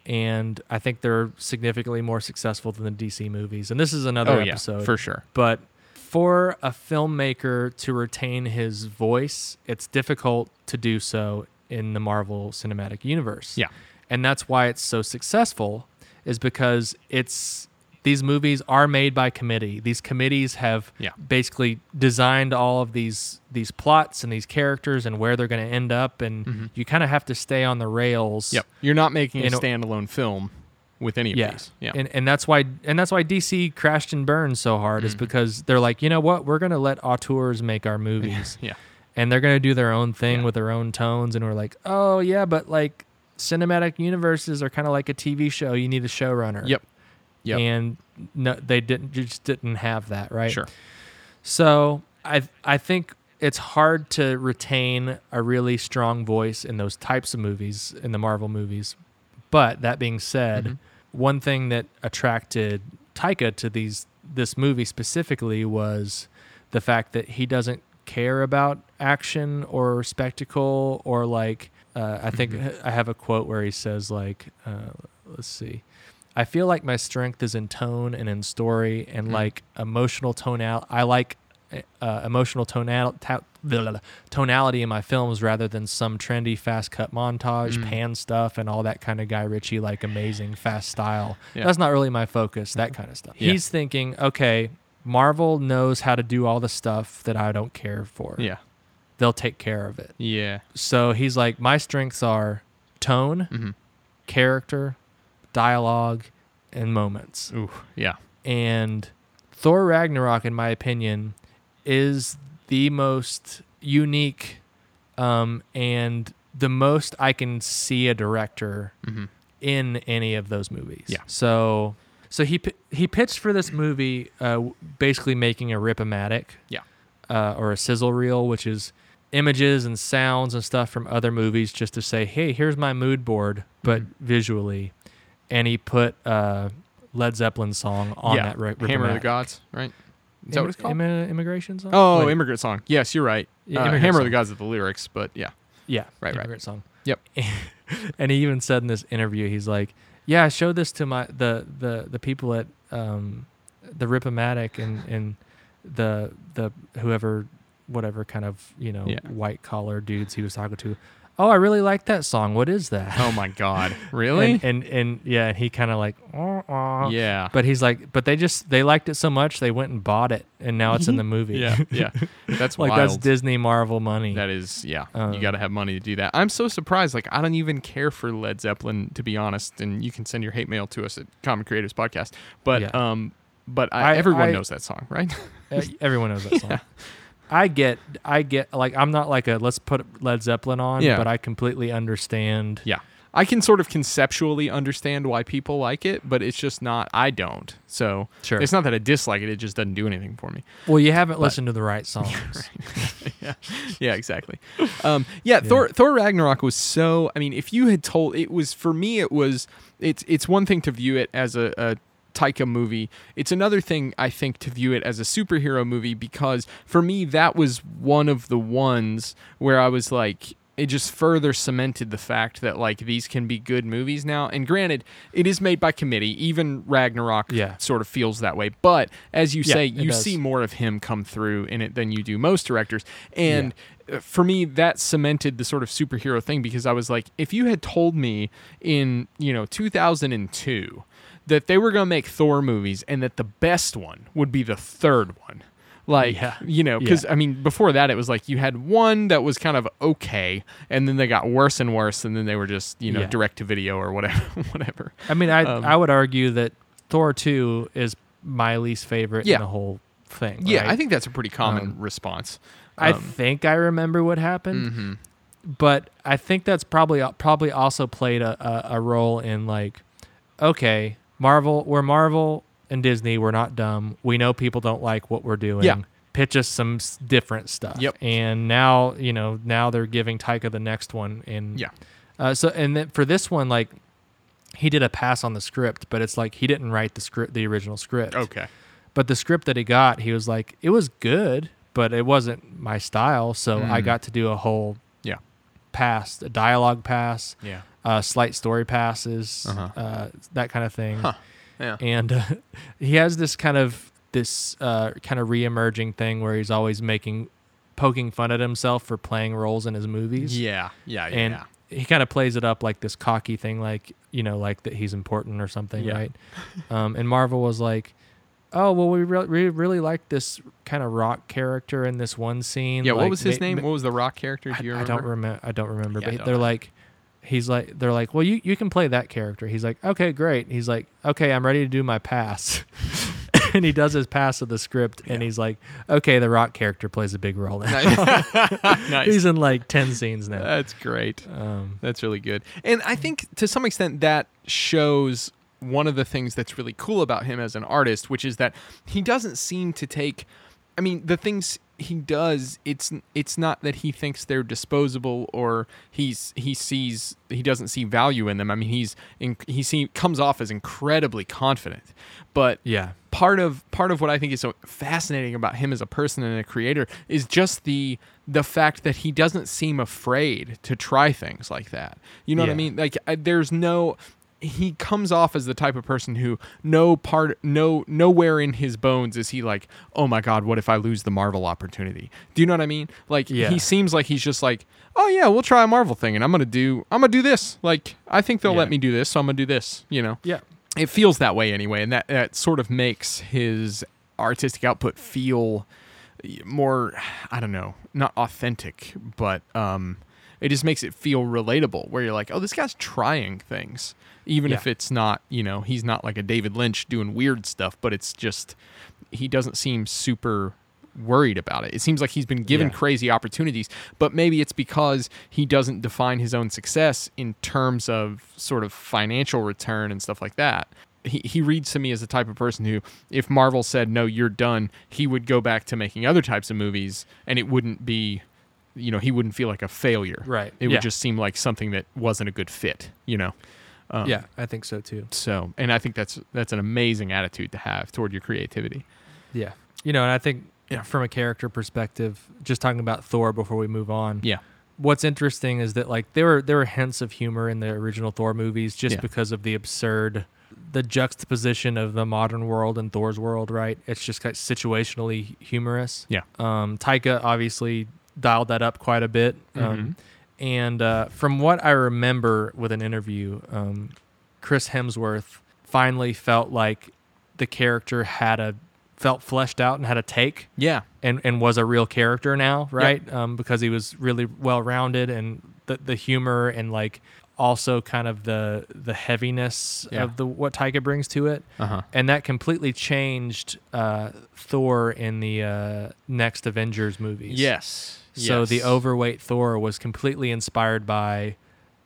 and I think they're significantly more successful than the DC movies. And this is another
Oh yeah,
episode
for sure.
but for a filmmaker to retain his voice, it's difficult to do so in the Marvel Cinematic Universe.
Yeah.
And that's why it's so successful is because it's these movies are made by committee. These committees have
Yeah.
basically designed all of these these plots and these characters and where they're going to end up and you kind of have to stay on the rails
Mm-hmm. Yep. You're not making a
You know-
standalone film with any of
yeah.
these. Yeah.
And and that's why and that's why DC crashed and burned so hard is because they're like, you know what, we're gonna let auteurs make our movies.
Mm-hmm. yeah.
And they're gonna do their own thing with their own tones and we're like, Oh yeah, but like cinematic universes are kinda like a TV show. You need a showrunner.
Yep. Yep.
And no they didn't just didn't have that, right?
Sure.
So I I think it's hard to retain a really strong voice in those types of movies in the Marvel movies. But that being said, one thing that attracted Taika to these this movie specifically was the fact that he doesn't care about action or spectacle or like uh, I think I have a quote where he says like uh, let's see I feel like my strength is in tone and in story
Hmm.
and like emotional tonal. I like uh, emotional tonal ta- blah, blah, blah, tonality in my films rather than some trendy fast cut montage,
Hmm.
pan stuff, and all that kind of Guy Ritchie like amazing fast style.
Yeah.
That's not really my focus. That kind of stuff.
Yeah.
He's thinking, okay, Marvel knows how to do all the stuff that I don't care for.
Yeah.
they'll take care of it.
Yeah.
So he's like, my strengths are tone, character, dialogue, and moments.
Ooh. Yeah.
And Thor Ragnarok, in my opinion, is the most unique um, and the most I can see a director in any of those movies.
Yeah.
So, so he pi- he pitched for this movie, uh, w- basically making a rip-o-matic
Yeah.
uh, or a sizzle reel, which is images and sounds and stuff from other movies, just to say, hey, here's my mood board, but
Mm-hmm.
visually. And he put uh, Led Zeppelin song on
yeah.
that. Ri-
Hammer of the
Rippomatic.
Gods. Right. Is that
Im-
what it's called?
immi- immigration song.
oh,
Wait,
immigrant song. Yes, you're right.
Yeah,
Uh,
Immigrant
Hammer of
Song.
the Gods of the lyrics, but yeah.
yeah,
Right, right.
immigrant song.
Yep.
and he even said in this interview, he's like, "Yeah, I showed this to my the the the people at um, the Ripomatic and and the the whoever whatever kind of you know
Yeah.
white collar dudes he was talking to. Oh, I really like that song. What is that?
Oh my God. Really?
And and, and yeah, and he kind of like, uh-uh.
yeah.
But he's like, but they just they liked it so much they went and bought it, and now it's in the movie.
Mm-hmm. yeah. Yeah. That's
like
wild.
that's Disney Marvel money.
That is, yeah. you
Um,
got to have money to do that. I'm so surprised. Like, I don't even care for Led Zeppelin, to be honest. And you can send your hate mail to us at Common Creators Podcast. But,
Yeah.
um, but I,
I-
everyone
I-
knows that song, right?
Uh, Everyone knows that song. I get, I get, like, I'm not like a let's put Led Zeppelin on,
Yeah.
but I completely understand.
yeah. I can sort of conceptually understand why people like it, but it's just not. I don't. So
Sure.
it's not that I dislike it. It just doesn't do anything for me.
Well, you haven't listened to the right songs.
yeah, exactly. Um, yeah, Thor Thor Ragnarok was so. I mean, if you had told it was for me, it was it's it's one thing to view it as a. a Taika movie. It's another thing I think to view it as a superhero movie because for me that was one of the ones where I was like it just further cemented the fact that like these can be good movies now. And granted, it is made by committee. Even Ragnarok
Yeah.
sort of feels that way. But as you
Yeah,
say,
it
you
does.
see more of him come through in it than you do most directors. And uh for me, that cemented the sort of superhero thing because I was like, if you had told me in, you know, 2002 that they were going to make Thor movies and that the best one would be the third one. Like,
Yeah.
you know, because
Yeah.
I mean, before that, it was like you had one that was kind of okay, and then they got worse and worse, and then they were just, you know,
Yeah.
direct to video or whatever, whatever.
I mean, I,
Um,
I would argue that Thor 2 is my least favorite
Yeah.
in the whole thing.
Yeah,
right?
I think that's a pretty common
Um,
response.
I
Um,
think I remember what happened,
mhm.
but I think that's probably probably also played a, a, a role in like, okay, Marvel, we're Marvel and Disney, we're not dumb. We know people don't like what we're doing.
Yeah.
pitch us some s- different stuff.
Yep.
And now you know now they're giving Taika the next one, and
Yeah.
Uh, so and then for this one, like he did a pass on the script, but it's like he didn't write the script, the original script.
Okay.
But the script that he got, he was like, it was good, but it wasn't my style. So I got to do a whole
Yeah.
pass, a dialogue pass,
Yeah.
uh, slight story passes, uh that kind of thing.
Yeah.
And uh, he has this kind of this uh, kind of reemerging thing where he's always making poking fun at himself for playing roles in his movies.
Yeah. Yeah.
and
yeah.
he kind of plays it up like this cocky thing, like you know, like that he's important or something,
Yeah.
right? Um, and Marvel was like, "Oh, well, we, re- we really like this kind of rock character in this one scene."
Yeah, what
like,
was his
ma-
name?
ma-
What was the rock character? Do you
I, I
remember?
don't remember. I don't remember.
Yeah, I
but
don't
they're
know.
like, he's like, they're like, well, you you can play that character. He's like, okay, great. He's like, okay, I'm ready to do my pass. and he does his pass of the script, and he's like, okay, the rock character plays a big role now.
nice.
he's uh, in like ten scenes now. Um,
That's great. that's really good. And I think to some extent that shows one of the things that's really cool about him as an artist, which is that he doesn't seem to take I mean, the things he does, it's it's not that he thinks they're disposable or he's he sees he doesn't see value in them. I mean, he's in, he see, comes off as incredibly confident. But
yeah.
part of part of what I think is so fascinating about him as a person and a creator is just the the fact that he doesn't seem afraid to try things like that. You know what I
Yeah.
mean? Like I, there's no he comes off as the type of person who no part no nowhere in his bones is he like, "Oh my god, what if I lose the Marvel opportunity?" Do you know what I mean? Like
Yeah.
he seems like he's just like, "Oh yeah, we'll try a Marvel thing and I'm going to do I'm going to do this." Like I think they'll
Yeah.
let me do this, so I'm going to do this, you know
Yeah.
it feels that way anyway, and that that sort of makes his artistic output feel more I don't know, not authentic, but um it just makes it feel relatable where you're like, "Oh, this guy's trying things." Even
Yeah.
if it's not, you know, he's not like a David Lynch doing weird stuff, but it's just he doesn't seem super worried about it. It seems like he's been given
Yeah.
crazy opportunities, but maybe it's because he doesn't define his own success in terms of sort of financial return and stuff like that. He, he reads to me as the type of person who, if Marvel said, no, you're done, he would go back to making other types of movies and it wouldn't be, you know, he wouldn't feel like a failure.
Right.
It
Yeah.
would just seem like something that wasn't a good fit, you know?
yeah, I think so too.
So, and I think that's, that's an amazing attitude to have toward your creativity.
Yeah. You know, and I think
Yeah.
from a character perspective, just talking about Thor before we move on.
Yeah.
What's interesting is that like there were there were hints of humor in the original Thor movies just
Yeah.
because of the absurd the juxtaposition of the modern world and Thor's world, right? It's just like situationally humorous.
Yeah.
Um Taika obviously dialed that up quite a bit.
Mm-hmm.
Um and uh, from what I remember with an interview, um, Chris Hemsworth finally felt like the character had a felt fleshed out and had a take
Yeah.
and and was a real character now, right? Um, because he was really well rounded and the the humor and like also kind of the the heaviness
Yeah.
of the what Taika brings to it,
Uh-huh.
and that completely changed uh, Thor in the uh, next Avengers movies.
Yes.
So the
Yes.
overweight Thor was completely inspired by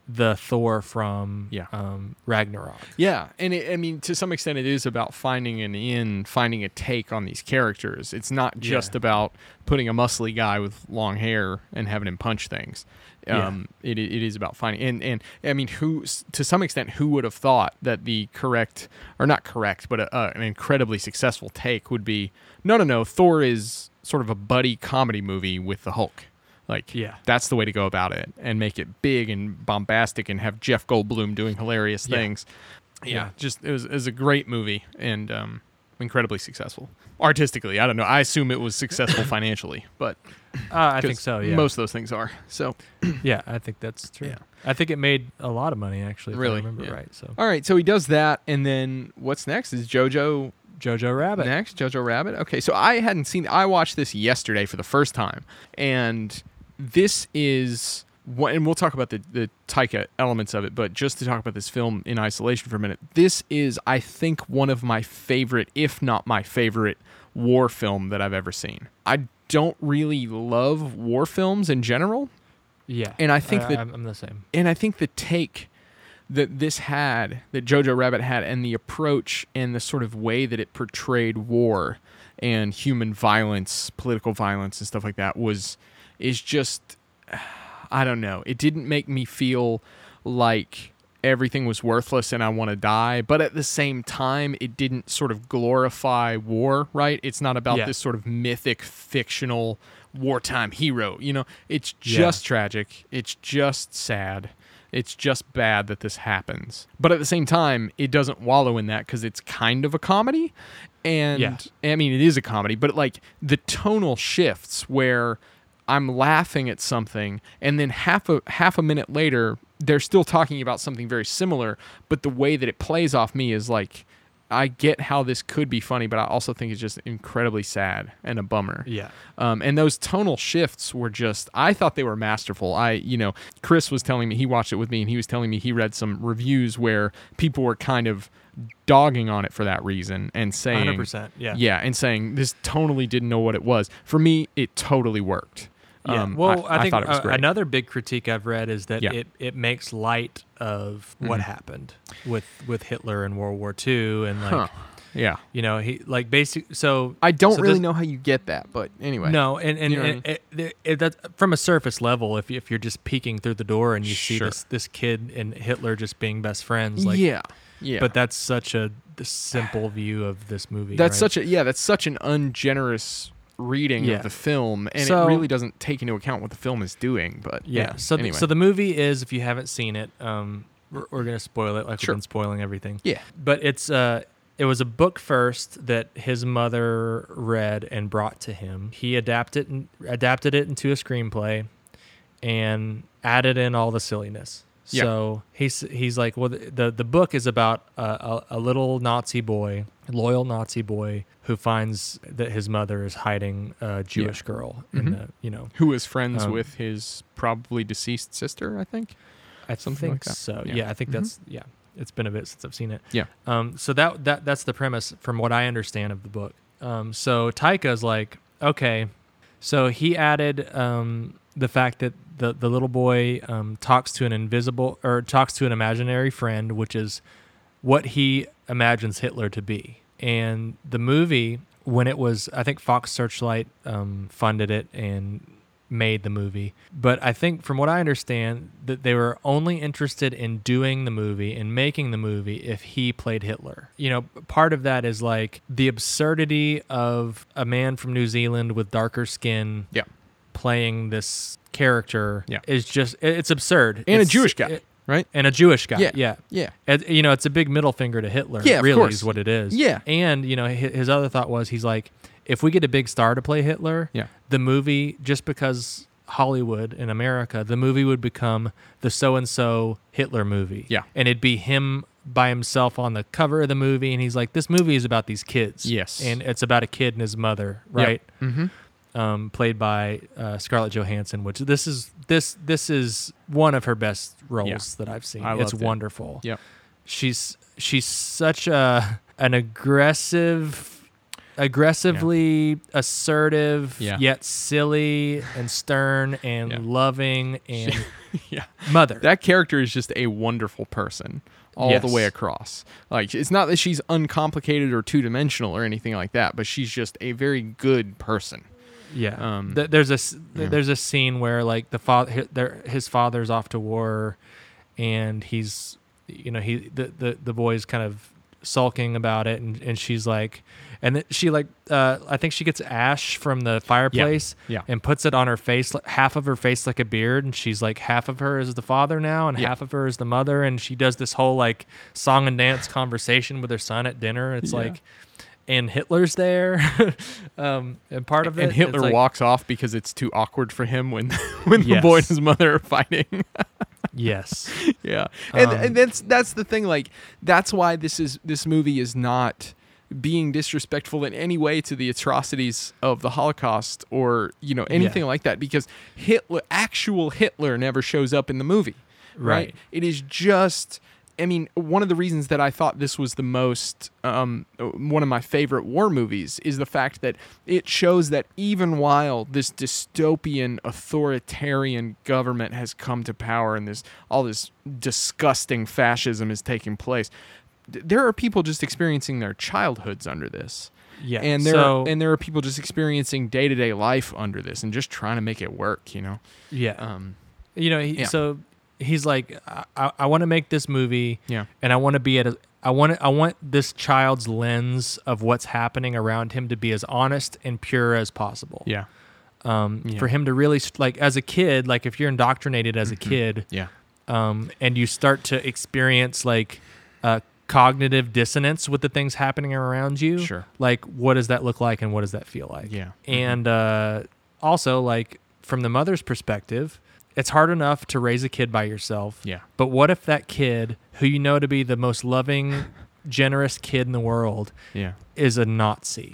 the Thor from
Yeah.
um, Ragnarok.
Yeah, and it, I mean, to some extent, it is about finding an in, finding a take on these characters. It's not just
Yeah.
about putting a muscly guy with long hair and having him punch things.
Yeah.
Um, it, it is about finding and and I mean, who to some extent, who would have thought that the correct or not correct, but a, uh, an incredibly successful take would be no, no, no. Thor is sort of a buddy comedy movie with the Hulk. Like,
Yeah.
that's the way to go about it, and make it big and bombastic, and have Jeff Goldblum doing hilarious
Yeah.
things yeah,
Yeah.
just it was, it was a great movie and um, incredibly successful artistically. I don't know. I assume it was successful financially, but
Uh, I
'cause
think so. Yeah.
most of those things are. So
Yeah, I think that's true.
Yeah.
I think it made a lot of money actually. If
Really?
I remember
Yeah.
right. So
all right, so he does that, and then what's next is Jojo
Jojo Rabbit.
next Jojo Rabbit. Okay, so I hadn't seen. I watched this yesterday for the first time, and this is what. And we'll talk about the the Taika elements of it, but just to talk about this film in isolation for a minute, this is I think one of my favorite, if not my favorite, war film that I've ever seen. I don't really love war films in general,
Yeah.
And I think
Uh,
that-
I'm, I'm the same.
and I think the take that this had, that Jojo Rabbit had, and the approach and the sort of way that it portrayed war and human violence, political violence, and stuff like that was is just I don't know. It didn't make me feel like everything was worthless and I want to die, but at the same time, it didn't sort of glorify war, right? It's not about
Yeah.
this sort of mythic, fictional wartime hero. You know, it's
Yeah.
just tragic. It's just sad. It's just bad that this happens. But at the same time, it doesn't wallow in that because it's kind of a comedy. And
Yeah.
I mean, it is a comedy, but like the tonal shifts where I'm laughing at something, and then half a half a minute later, they're still talking about something very similar, but the way that it plays off me is like, I get how this could be funny, but I also think it's just incredibly sad and a bummer.
Yeah.
Um, and those tonal shifts were just, I thought they were masterful. I, you know, Chris was telling me, he watched it with me and he was telling me he read some reviews where people were kind of dogging on it for that reason and saying,
100%, yeah.
Yeah. And saying, this tonally didn't know what it was. For me, it totally worked.
Yeah.
Um,
well, I, think
thought it was
uh,
great.
another big critique I've read is that
Yeah. Mm-hmm.
it, it makes light of what happened with with Hitler and World War II and like
Huh. Yeah.
you know he like basic so
I don't
so
really
this-
know how you get that, but anyway.
No, and and,
You know what I
and it, it, it, that's from a surface level. If you- if you're just peeking through the door and you see
Sure.
this this kid and Hitler just being best friends, like
yeah. Yeah.
But that's such a simple view of this movie.
That's
right?
such a yeah. That's such an ungenerous reading
Yeah.
of the film, and
So-
it really doesn't take into account what the film is doing. But
yeah.
yeah.
So
anyway.
the, so the movie is if you haven't seen it, um, we're, we're gonna spoil it like
Sure.
we've been spoiling everything.
yeah,
But it's uh, it was a book first that his mother read and brought to him. He adapted and adapted it into a screenplay, and added in all the silliness.
Yeah.
So he's he's like, well, the the book is about a, a, a little Nazi boy, loyal Nazi boy, who finds that his mother is hiding a Jewish girl
Mm-hmm.
in the you know
who was friends
Um,
with his probably deceased sister? I think.
I
Something
think
like that.
so. Yeah.
Yeah. Mm-hmm.
I think that's yeah. It's been a bit since I've seen it.
Yeah.
Um, so that that that's the premise from what I understand of the book. Um, so Taika's like, okay, so he added um, the fact that the the little boy um, talks to an invisible or talks to an imaginary friend, which is what he imagines Hitler to be. And the movie, when it was, I think Fox Searchlight um, funded it and made the movie. But I think, from what I understand, that they were only interested in doing the movie and making the movie if he played Hitler. You know, part of that is like the absurdity of a man from New Zealand with darker skin
Yeah,
playing this character
Yeah.
is just, it- it's absurd.
and
It's-
a Jewish guy,
it-
right?
and a Jewish guy.
Yeah.
Yeah.
Yeah.
And, you know, it's a big middle finger to Hitler.
Yeah, of
really
course.
is what it is.
Yeah.
And you know, hi- his other thought was he's like, if we get a big star to play Hitler,
Yeah.
the movie just because Hollywood in America, the movie would become the so and so Hitler movie.
Yeah.
And it'd be him by himself on the cover of the movie, and he's like, this movie is about these kids.
Yes.
And it's about a kid and his mother, right? um, played by uh, Scarlett Johansson, which this is this this is one of her best roles
Yeah.
that I've seen.
I loved
it's
it.
wonderful.
Yep.
she's she's such a an aggressive, aggressively assertive,
Yeah.
yet silly and stern and
Yeah.
loving and
Yeah.
mother.
That character is just a wonderful person all the
Yes.
way across. Like it's not that she's uncomplicated or two dimensional or anything like that, but she's just a very good person.
Yeah.
Um,
Th- there's a s- th- there's a scene where like the father his, their- his father's off to war, and he's you know he the the, the boy's kind of sulking about it, and, and she's like, and th- she like uh, I think she gets ash from the fireplace,
Yeah.
and puts it on her face, like, half of her face like a beard, and she's like half of her is the father now, and
Yeah.
half of her is the mother, and she does this whole like song and dance conversation with her son at dinner. It's
Yeah.
like. And Hitler's there, um, and part of it.
And
it's
Hitler
like-
walks off because it's too awkward for him when when the
Yes.
boy and his mother are fighting.
Yes.
yeah and,
Um,
and that's that's the thing like that's why this is this movie is not being disrespectful in any way to the atrocities of the holocaust or you know anything like that because hitler actual hitler never shows up in the movie right,
Right.
it is just i mean one of the reasons that i thought this was the most um, one of my favorite war movies is the fact that it shows that even while this dystopian authoritarian government has come to power and this all this disgusting fascism is taking place th- there are people just experiencing their childhoods under this
Yeah,
and there
so-
are, and there are people just experiencing day to day life under this and just trying to make it work. You know,
Yeah.
um,
you know, he,
yeah.
so he's like, I, I, I want to make this movie.
Yeah.
And I want to be at a, I want, I want this child's lens of what's happening around him to be as honest and pure as possible.
yeah,
Um,
Yeah.
for him to really st- like as a kid, like if you're indoctrinated as a
Mm-hmm.
kid,
yeah,
um, and you start to experience like uh, cognitive dissonance with the things happening around you.
Sure.
Like, what does that look like, and what does that feel like?
Yeah. Mm-hmm.
And uh, also, like from the mother's perspective, it's hard enough to raise a kid by yourself.
Yeah.
But what if that kid, who you know to be the most loving, generous kid in the world,
yeah,
is a Nazi?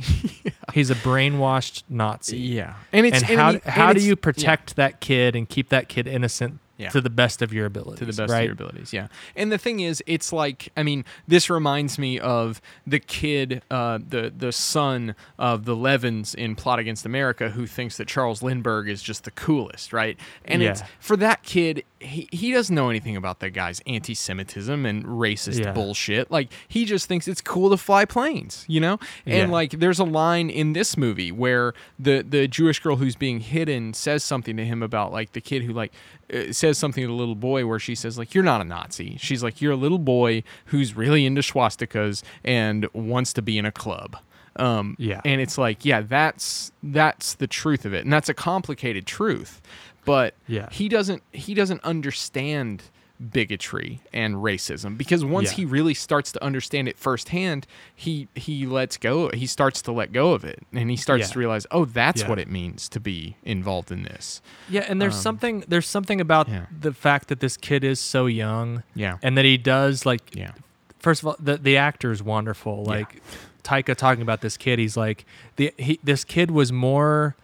He's a brainwashed Nazi
yeah. And it's
and, how,
it-
how
and
do
it's-
you
yeah,
protect that kid and keep that kid innocent
Yeah.
to the best of your ability?
to the best
right?
of your abilities? Yeah. And the thing is, it's like I mean, this reminds me of the kid, uh, the the son of the Levins in Plot Against America, who thinks that Charles Lindbergh is just the coolest, right? And it's
Yeah.
for that kid, he, he doesn't know anything about that guy's anti-Semitism and racist
Yeah.
bullshit. Like he just thinks it's cool to fly planes, you know. And
Yeah.
like, there's a line in this movie where the the Jewish girl who's being hidden says something to him about like the kid who like uh, says something to the little boy where she says like you're not a Nazi. She's like you're a little boy who's really into swastikas and wants to be in a club. Um,
Yeah.
and it's like yeah, that's that's the truth of it, and that's a complicated truth, but
Yeah.
he doesn't he doesn't understand bigotry and racism because once
Yeah.
he really starts to understand it firsthand he he lets go he starts to let go of it and he starts
Yeah.
to realize oh that's
Yeah.
what it means to be involved in this
Yeah, and there's something there's something about
Um, yeah.
the fact that this kid is so young.
Yeah.
And that he does like
yeah
first of all, the the actor is wonderful. Like Taika talking about this kid, he's like the he, this kid was more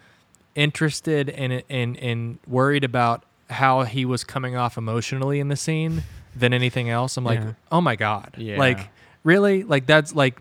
interested and and and worried about how he was coming off emotionally in the scene than anything else. I'm like,
Yeah.
oh my god,
Yeah.
like really, like that's like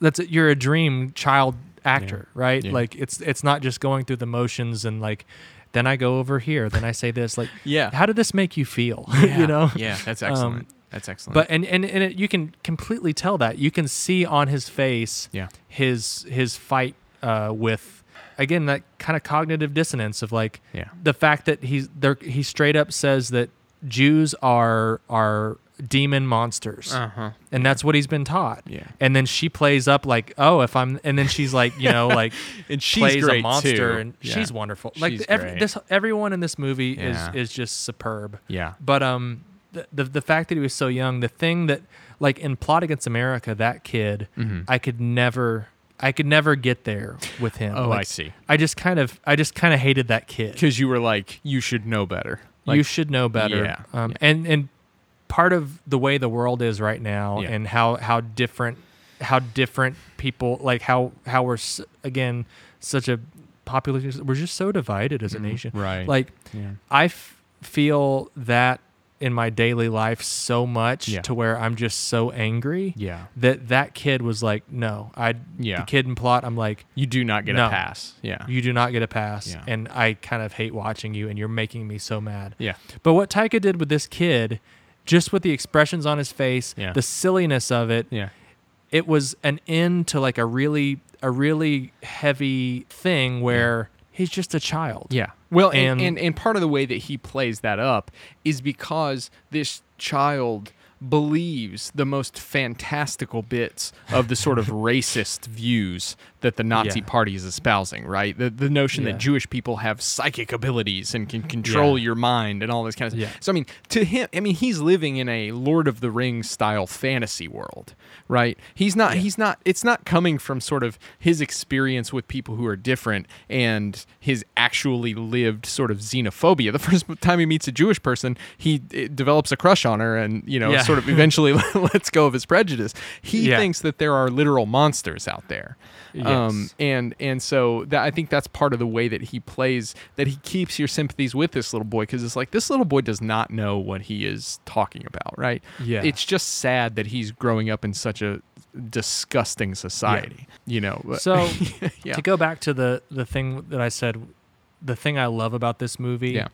that's you're a dream child actor, right?
Yeah.
Like it's it's not just going through the motions and like. Then I go over here. Then I say this. Like,
Yeah.
How did this make you feel? you know.
yeah that's
Um,
excellent that's excellent
But and and, and it, you can completely tell that you can see on his face
Yeah.
his his fight uh, with again that kind of cognitive dissonance of like
Yeah.
the fact that he's there he straight up says that Jews are are demon monsters
uh-huh
and that's what he's been taught
Yeah.
and then she plays up like oh if I'm and then she's like you know like
And she's
plays
great,
a monster
too.
and
Yeah.
she's wonderful like
She's
every,
great.
this everyone in this movie
Yeah.
is is just superb
yeah
but um, the, the the fact that he was so young, the thing that like in Plot Against America, that kid,
Mm-hmm.
I could never, I could never get there with him.
Oh,
Like,
I see.
I just kind of, I just kind of hated that kid.
because you were like you should know better
you
Like,
should know better.
Yeah.
Um, and and part of the way the world is right now,
Yeah.
and how how different, how different people like how how we're s- again such a population. We're just so divided as a nation.
Mm-hmm. right.
Like
Yeah.
I f- feel that in my daily life so much
Yeah.
to where I'm just so angry.
Yeah.
That that kid was like, no, I.
Yeah.
The kid in plot, I'm like.
you do not get
No.
a pass yeah
You do not get a pass,
Yeah.
and I kind of hate watching you, and you're making me so mad.
yeah
But what Taika did with this kid, just with the expressions on his face,
Yeah.
the silliness of it,
yeah
it was an end to like a really a really heavy thing where he's just a child.
Yeah. Well, and,
And-
and, and part of the way that he plays that up is because this child believes the most fantastical bits of the sort of racist views that the Nazi
Yeah.
party is espousing, right? The, the notion
Yeah.
that Jewish people have psychic abilities and can control
Yeah.
your mind and all this kind of
Yeah.
stuff. So, I mean, to him, I mean, he's living in a Lord of the Rings style fantasy world, right? He's not, he's not, it's not coming from sort of his experience with people who are different and his actually lived sort of xenophobia. The first time he meets a Jewish person, he eh, develops a crush on her and, you know,
Yeah.
sort of eventually lets go of his prejudice. He
Yeah.
thinks that there are literal monsters out there. Um,
Yes.
and and so that I think that's part of the way that he plays that he keeps your sympathies with this little boy because it's like this little boy does not know what he is talking about, right?
Yeah.
it's just sad that he's growing up in such a disgusting society, you know. but-
So
yeah,
to go back to the the thing that I said, the thing I love about this movie
Yeah.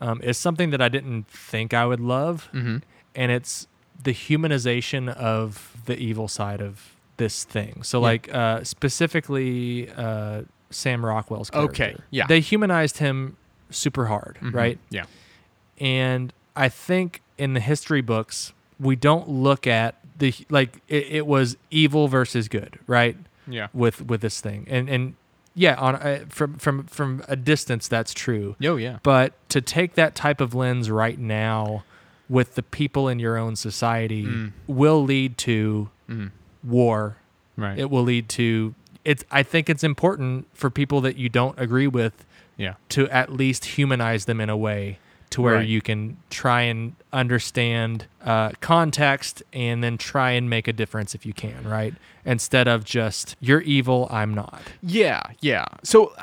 um, is something that I didn't think I
Mm-hmm.
would love, and it's the humanization of the evil side of this thing. So like uh, specifically uh, Sam Rockwell's character.
Okay, yeah. Mm-hmm.
They humanized him super hard, right?
Yeah.
and I think in the history books we don't look at the like it, it was evil versus good, right?
Yeah.
With with this thing, and and yeah, on uh, from from from a distance that's true.
Oh, yeah.
But to take that type of lens right now with the people in your own society will lead to war.
Right.
It will lead to it's. I think it's important for people that you don't agree with
yeah.
to at least humanize them in a way to where
Right.
you can try and understand uh, context and then try and make a difference if you can, right? Instead of just you're evil, I'm not.
Yeah, yeah. So,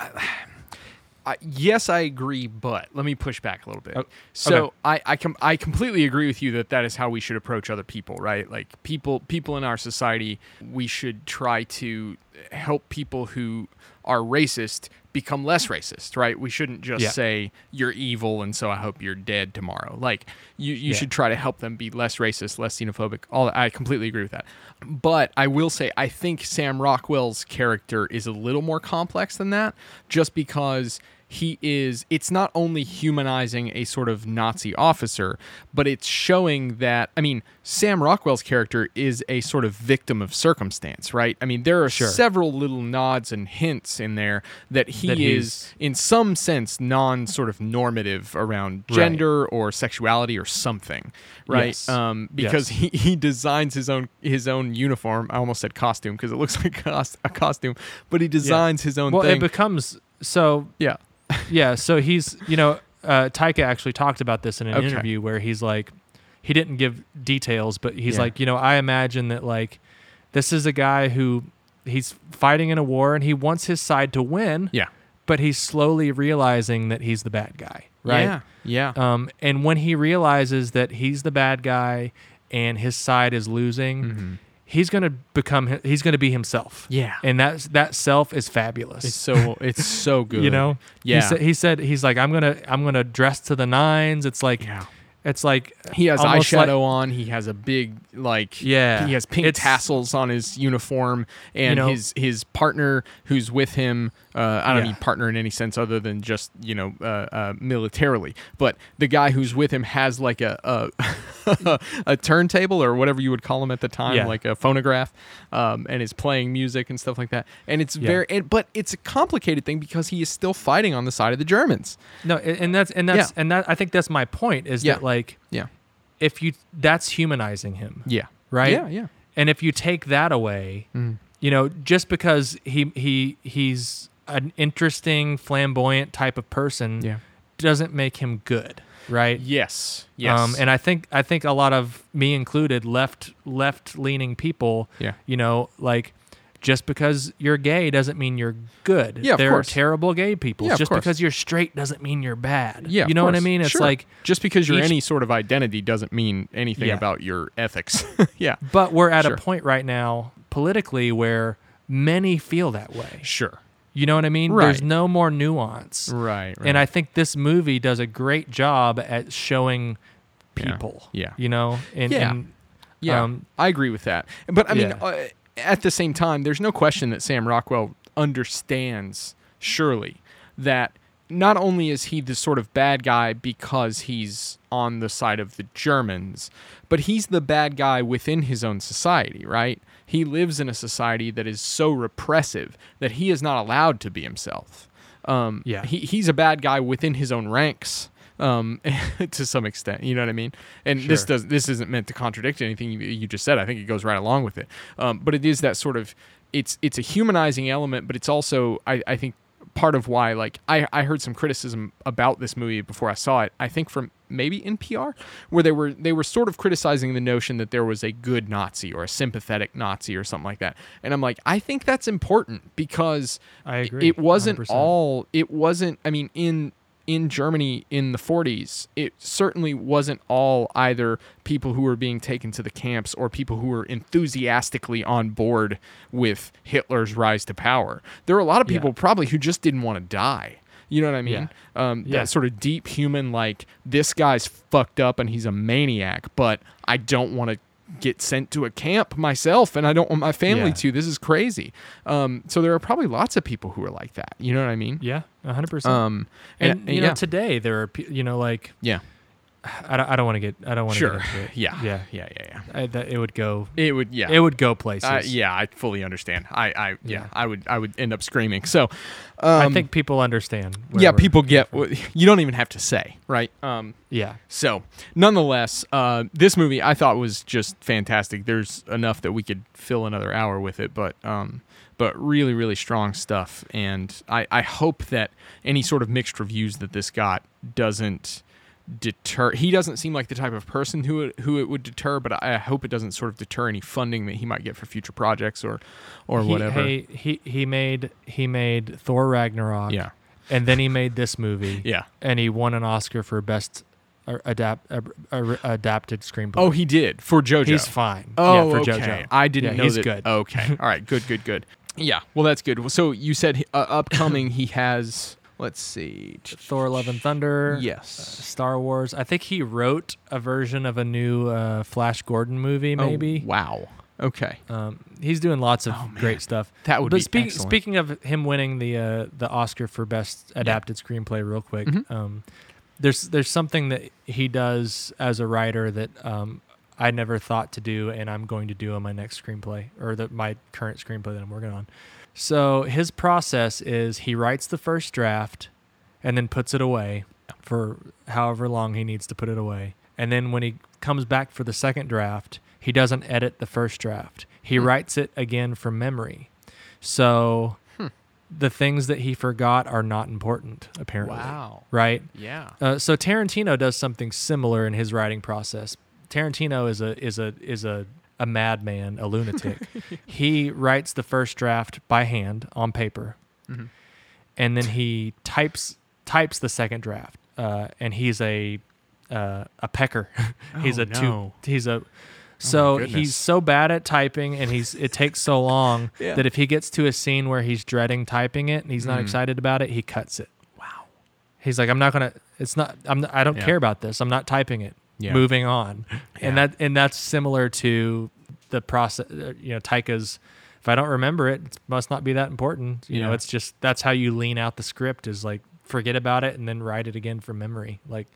I, yes, I agree, but let me push back a little
Oh.
bit. so,
okay.
I I, com- I completely agree with you that that is how we should approach other people, right? Like people people in our society, we should try to help people who are racist become less racist, right? We shouldn't just
Yeah.
say you're evil and so I hope you're dead tomorrow. Like you you should try to help them be less racist, less xenophobic. All that. I completely agree with that. But I will say I think Sam Rockwell's character is a little more complex than that just because he is it's not only humanizing a sort of Nazi officer, but it's showing that I mean, Sam Rockwell's character is a sort of victim of circumstance, right? I mean, there are several little nods and hints in there that he
That
is
he's-
in some sense non sort of normative around gender or sexuality or something right
Yes.
um because he, he designs his own his own uniform i almost said costume because it looks like cos- a costume but he designs his own
Well,
thing
it becomes so
yeah
yeah. So he's you know uh, Taika actually talked about this in an
Okay.
interview where he's like he didn't give details, but he's
Yeah.
like you know I imagine that like this is a guy who he's fighting in a war and he wants his side to win.
yeah
but he's slowly realizing that he's the bad guy, right?
yeah yeah
Um, and when he realizes that he's the bad guy and his side is losing, he's gonna become he's gonna be himself.
Mm-hmm. Yeah.
and that's that self is fabulous.
it's so it's so good
you know,
yeah
He, sa- he said he's like I'm gonna I'm gonna dress to the nines. It's like
Yeah.
it's like
he has
almost
eyeshadow
like-
on. He has a big like
Yeah.
He has pink
It's-
tassels on his uniform, and
know-
his his partner who's with him. Uh, I don't
Yeah.
mean partner in any sense other than just you know uh, uh, militarily, but the guy who's with him has like a a, a turntable or whatever you would call him at the time,
Yeah.
like a phonograph, um, and is playing music and stuff like that. And it's very and, but it's a complicated thing because he is still fighting on the side of the Germans.
no, and and that's and that's
Yeah.
and that I think that's my point is
Yeah.
that like
Yeah,
if you that's humanizing him.
yeah,
right?
Yeah, yeah.
And if you take that away,
Mm.
you know, just because he he he's an interesting, flamboyant type of person,
Yeah.
doesn't make him good, right?
Yes, yes,
Um, and I think I think a lot of me included, left left leaning people,
Yeah.
you know, like just because you're gay doesn't mean you're good.
Yeah, of
there
course.
are terrible gay people.
Yeah, of
just
course.
because you're straight doesn't mean you're bad.
Yeah,
you
of
know what I
course.
mean? It's
Sure.
like
just because you're
each-
any sort of identity doesn't mean anything
Yeah.
about your ethics. yeah,
But we're at
Sure.
a point right now politically where many feel that way.
sure.
You know what I mean? There's
Right.
no more nuance.
Right, right.
And I think this movie does a great job at showing
Yeah.
people.
Yeah.
You know? And,
Yeah.
and
Yeah,
Um,
I agree with that. But I mean,
Yeah.
uh, at the same time, there's no question that Sam Rockwell understands surely that not only is he the sort of bad guy because he's on the side of the Germans, but he's the bad guy within his own society, right? He lives in a society that is so repressive that he is not allowed to be himself. Um,
Yeah.
he, he's a bad guy within his own ranks um, to some extent. You know what I mean? And this
Sure.
does this isn't meant to contradict anything you, you just said. I think it goes right along with it. Um, but it is that sort of it's it's a humanizing element, but it's also I, I think part of why like I, I heard some criticism about this movie before I saw it. I think from maybe NPR where they were they were sort of criticizing the notion that there was a good Nazi or a sympathetic Nazi or something like that. And I'm like, I think that's important because
I agree,
it wasn't
100%.
all all it wasn't i mean in in germany in the 40s it certainly wasn't all either people who were being taken to the camps or people who were enthusiastically on board with hitler's rise to power there were a lot of people probably who just didn't want to die you know what i mean um,
Yeah.
that sort of deep human like this guy's fucked up and he's a maniac but i don't want to get sent to a camp myself and I don't want my family
Yeah.
to. This is crazy. Um, so there are probably lots of people who are like that. You know what I mean?
Yeah, 100%.
Um,
and, you know,
yeah.
today there are, pe- you know, like
yeah.
I don't, I don't want to get, I don't want to
Sure.
get into it.
Yeah.
yeah.
Yeah. Yeah. Yeah.
I, that, it would go,
It would. Yeah.
it would go places.
Uh, yeah, I fully understand. I, I, yeah,
Yeah.
I would, I would end up screaming. So, um,
I think people understand. where
yeah,
we're-
people get. what- You don't even have to say, right? Um,
Yeah,
so, nonetheless, uh, this movie I thought was just fantastic. There's enough that we could fill another hour with it, but um, but really, really strong stuff. And I, I hope that any sort of mixed reviews that this got doesn't deter. He doesn't seem like the type of person who it, who it would deter, but I hope it doesn't sort of deter any funding that he might get for future projects or or
He-
whatever.
Hey, he he made he made Thor Ragnarok.
Yeah.
and then he made this movie.
Yeah.
and he won an Oscar for best uh, adapt uh, uh, adapted screenplay.
Oh, he did for JoJo.
he's fine.
Oh,
yeah, for
okay.
JoJo.
I didn't
Yeah,
know
he's
that- oh.
good.
Okay, all right, good, good, good. Yeah, well, that's good. So you said uh, upcoming he has. Let's see.
Thor: Love and Thunder. uh,
Yes.
Star Wars. I think he wrote a version of a new uh, Flash Gordon movie.
Oh,
Uh, Maybe.
wow. Okay.
Um, he's doing lots of great stuff.
Oh, That would
but
be
speak-
excellent.
Speaking of him winning the uh, the Oscar for best adapted screenplay, real quick,
Mm-hmm.
um, there's there's something that he does as a writer that um, I never thought to do, and I'm going to do on my next screenplay or the, my current screenplay that I'm working on. So his process is he writes the first draft, and then puts it away for however long he needs to put it away. And then when he comes back for the second draft, he doesn't edit the first draft. He writes it again from memory. So the things that he forgot are not important, apparently.
Wow.
Right?
Yeah.
Uh, so Tarantino does something similar in his writing process. Tarantino is a is a is a a madman, a lunatic. he writes the first draft by hand on paper,
Mm-hmm.
and then he types types the second draft. Uh, and he's a uh, a pecker. he's
Oh,
a
no.
two. He's a so
goodness.
he's so bad at typing, and he's it takes so long
Yeah. Mm.
that if he gets to a scene where he's dreading typing it and he's not excited about it, he cuts it. He's like, I'm not gonna. It's not. I'm. Not, I don't
Yeah.
care about this. I'm not typing it.
Yeah.
Moving on, and
Yeah.
that and that's similar to the process. uh, You know, Taika's. If I don't remember it, it must not be that important. You know,
Yeah.
it's just that's how you lean out the script is like forget about it and then write it again from memory. Like,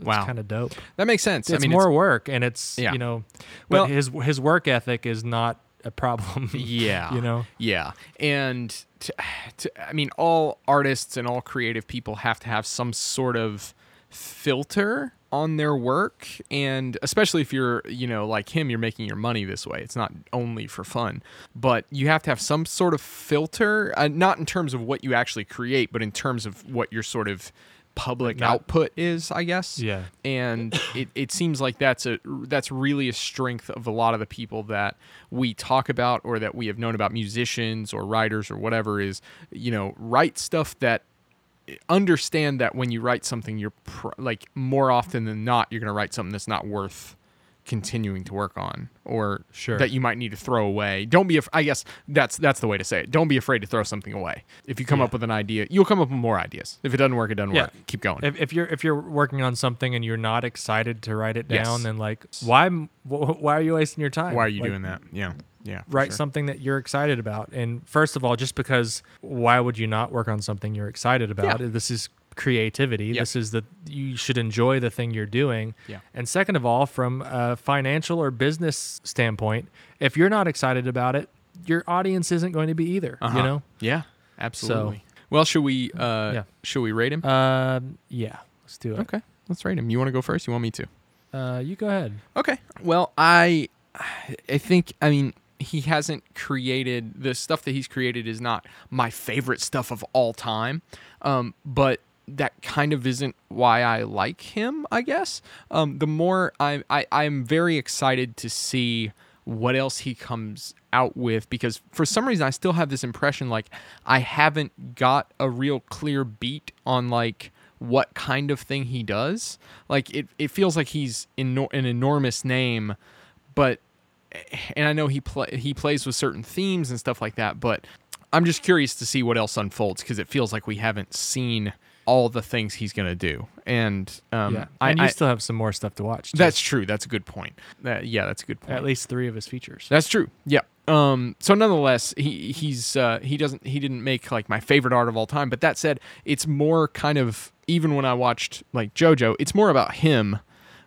Wow.
it's kind of dope.
that makes sense. I
It's
mean,
more
It's,
work, and it's
Yeah.
you know, but
Well-
his his work ethic is not a problem.
yeah.
you know.
Yeah. And to, to, I mean, all artists and all creative people have to have some sort of filter on their work and especially if you're you know like him you're making your money this way it's not only for fun but you have to have some sort of filter uh, not in terms of what you actually create but in terms of what your sort of public
Not-
output is i guess
Yeah.
and it, it seems like that's a that's really a strength of a lot of the people that we talk about or that we have known about musicians or writers or whatever is you know write stuff that understand that when you write something you're pr- like more often than not you're going to write something that's not worth continuing to work on or
Sure.
that you might need to throw away don't be af- i guess that's that's the way to say it don't be afraid to throw something away if you come up with an idea you'll come up with more ideas if it doesn't work it doesn't
Yeah.
work keep going
If, if you're if you're working on something and you're not excited to write it down,
Yes.
then like why m- wh- why are you wasting your time?
why are you
Like,
doing that yeah yeah for
Write
sure.
something that you're excited about. And first of all, just because why would you not work on something you're excited about?
Yeah.
This is creativity.
Yeah.
This is the you should enjoy the thing you're doing.
Yeah.
And second of all, from a financial or business standpoint, if you're not excited about it, your audience isn't going to be either. You know.
Uh-huh. yeah absolutely well should we uh
Yeah.
should we rate him
Um. Yeah. Let's do it.
okay let's rate him you want to go first you want me to
Uh. You go ahead.
Okay. Well, I I think I mean he hasn't created the stuff that he's created is not my favorite stuff of all time, um, but that kind of isn't why I like him. I guess um, the more I, I I'm very excited to see what else he comes out with because for some reason I still have this impression like I haven't got a real clear beat on like what kind of thing he does. Like it, it feels like he's eno- an enormous name, but and I know he play he plays with certain themes and stuff like that, but I'm just curious to see what else unfolds because it feels like we haven't seen all the things he's gonna do, and um,
yeah.
I,
and
I-
you still have some more stuff to watch. too.
that's true. That's a good point. That- yeah, that's a good point.
at least three of his features.
That's true. Yeah. Um, so nonetheless, he he's uh, he doesn't he didn't make like my favorite art of all time. But that said, it's more kind of even when I watched like JoJo, it's more about him,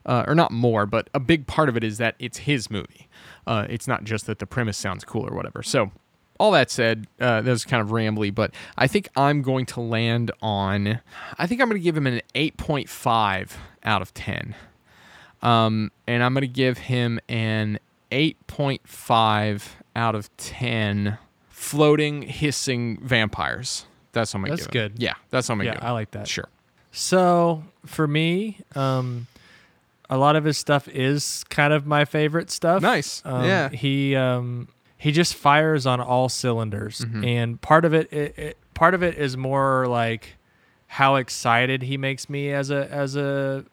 uh, or not more, but a big part of it is that it's his movie. Uh, it's not just that the premise sounds cool or whatever. So all that said, uh, that was kind of rambly, but I think I'm going to land on. I think I'm going to give him an 8.5 out of 10. Um, and I'm going to give him an 8.5 out of 10 floating, hissing vampires. That's how I'm going to
That's
give him.
good.
Yeah, that's how I'm going
Yeah,
to give
I
him.
like that.
Sure.
So for me, um, a lot of his stuff is kind of my favorite stuff.
Nice.
Um,
Yeah.
He um, he just fires on all cylinders,
Mm-hmm.
and part of it, it, it part of it is more like how excited he makes me as a as a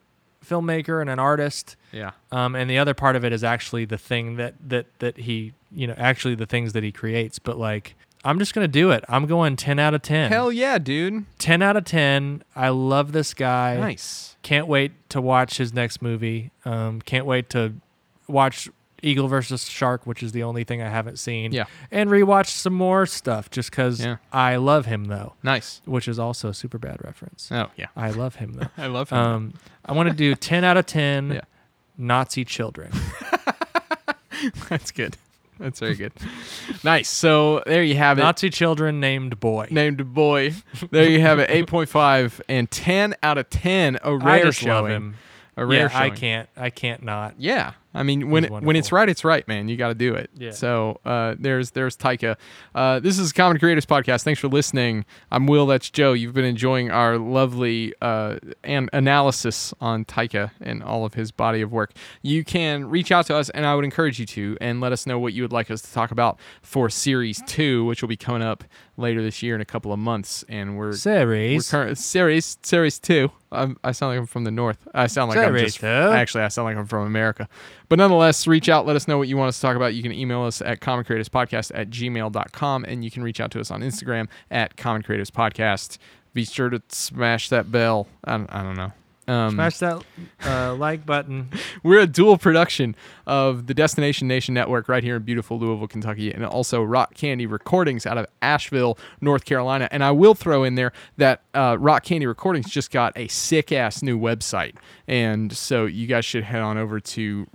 filmmaker and an artist.
Yeah.
Um, and the other part of it is actually the thing that that that he you know actually the things that he creates. But like, I'm just gonna do it. I'm going ten out of ten.
Hell yeah, dude.
10 out of 10. I love this guy.
Nice.
Can't wait to watch his next movie. Um, can't wait to watch Eagle versus Shark, which is the only thing I haven't seen.
Yeah.
And rewatch some more stuff just because
Yeah.
I love him, though,
Nice.
which is also a super bad reference.
Oh, yeah.
I love him, though.
I love him.
um, I want to do 10 out of 10
Yeah.
Nazi children.
That's good. That's very good. nice. So there you have it.
Nazi children named boy.
named boy. There you have it. 8.5 and 10 out of 10. A rare
I just
showing.
love him.
A rare
yeah, I
showing.
can't. I can't not.
Yeah, I mean when
He's
it, when it's
wonderful.
right, it's right, man. You got to do it.
Yeah.
So uh, there's there's Taika. Uh, this is Common Creators Podcast. Thanks for listening. I'm Will. That's Joe. You've been enjoying our lovely uh, an- analysis on Taika and all of his body of work. You can reach out to us, and I would encourage you to, and let us know what you would like us to talk about for Series Two, which will be coming up later this year in a couple of months. And we're we're
Series.
current series series two. I'm, I sound like I'm from the north. I sound like I'm
Series
just
two.
actually I sound like I'm from America. But nonetheless, reach out. Let us know what you want us to talk about. You can email us at common creators podcast at gmail.com and you can reach out to us on Instagram at common creators podcast. Be sure to smash that bell. I don't, I don't know. Um,
Smash that uh, like button.
we're a dual production of the Destination Nation Network right here in beautiful Louisville, Kentucky, and also Rock Candy Recordings out of Asheville, North Carolina. And I will throw in there that uh, Rock Candy Recordings just got a sick ass new website. And so you guys should head on over to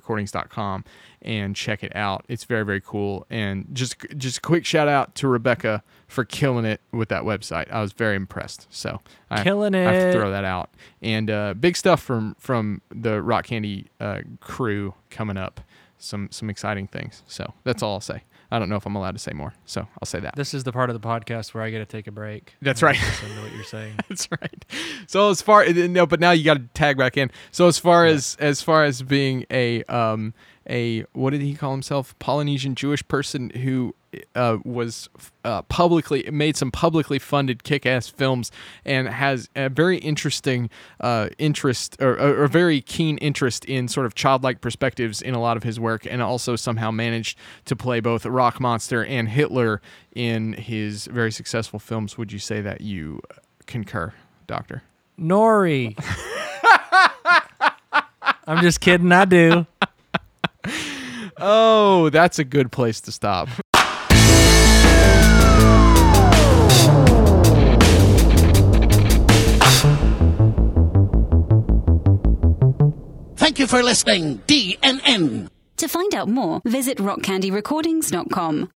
rockcandyrecordings.com and check it out. It's very, very cool. And just just a quick shout out to Rebecca for killing it with that website. I was very impressed. So I,
Killing
I have to
it.
throw that out. And uh, big stuff from from the Rock Candy uh, crew coming up. Some some exciting things. So that's all I'll say. I don't know if I'm allowed to say more. So I'll say that.
This is the part of the podcast where I get to take a break.
That's
and
right.
Listen to what you're saying.
That's right. So as far no, but now you got to tag back in. So as far as as far as being a um a what did he call himself Polynesian Jewish person who uh, was uh, publicly made some publicly funded kick ass films and has a very interesting uh, interest or, or, or very keen interest in sort of childlike perspectives in a lot of his work and also somehow managed to play both a rock monster and Hitler in his very successful films. Would you say that you concur, Doctor.
Nori. I'm just kidding. I do.
Oh, that's a good place to stop.
Thank you for listening, DNN.
To find out more, visit rockcandyrecordings.com.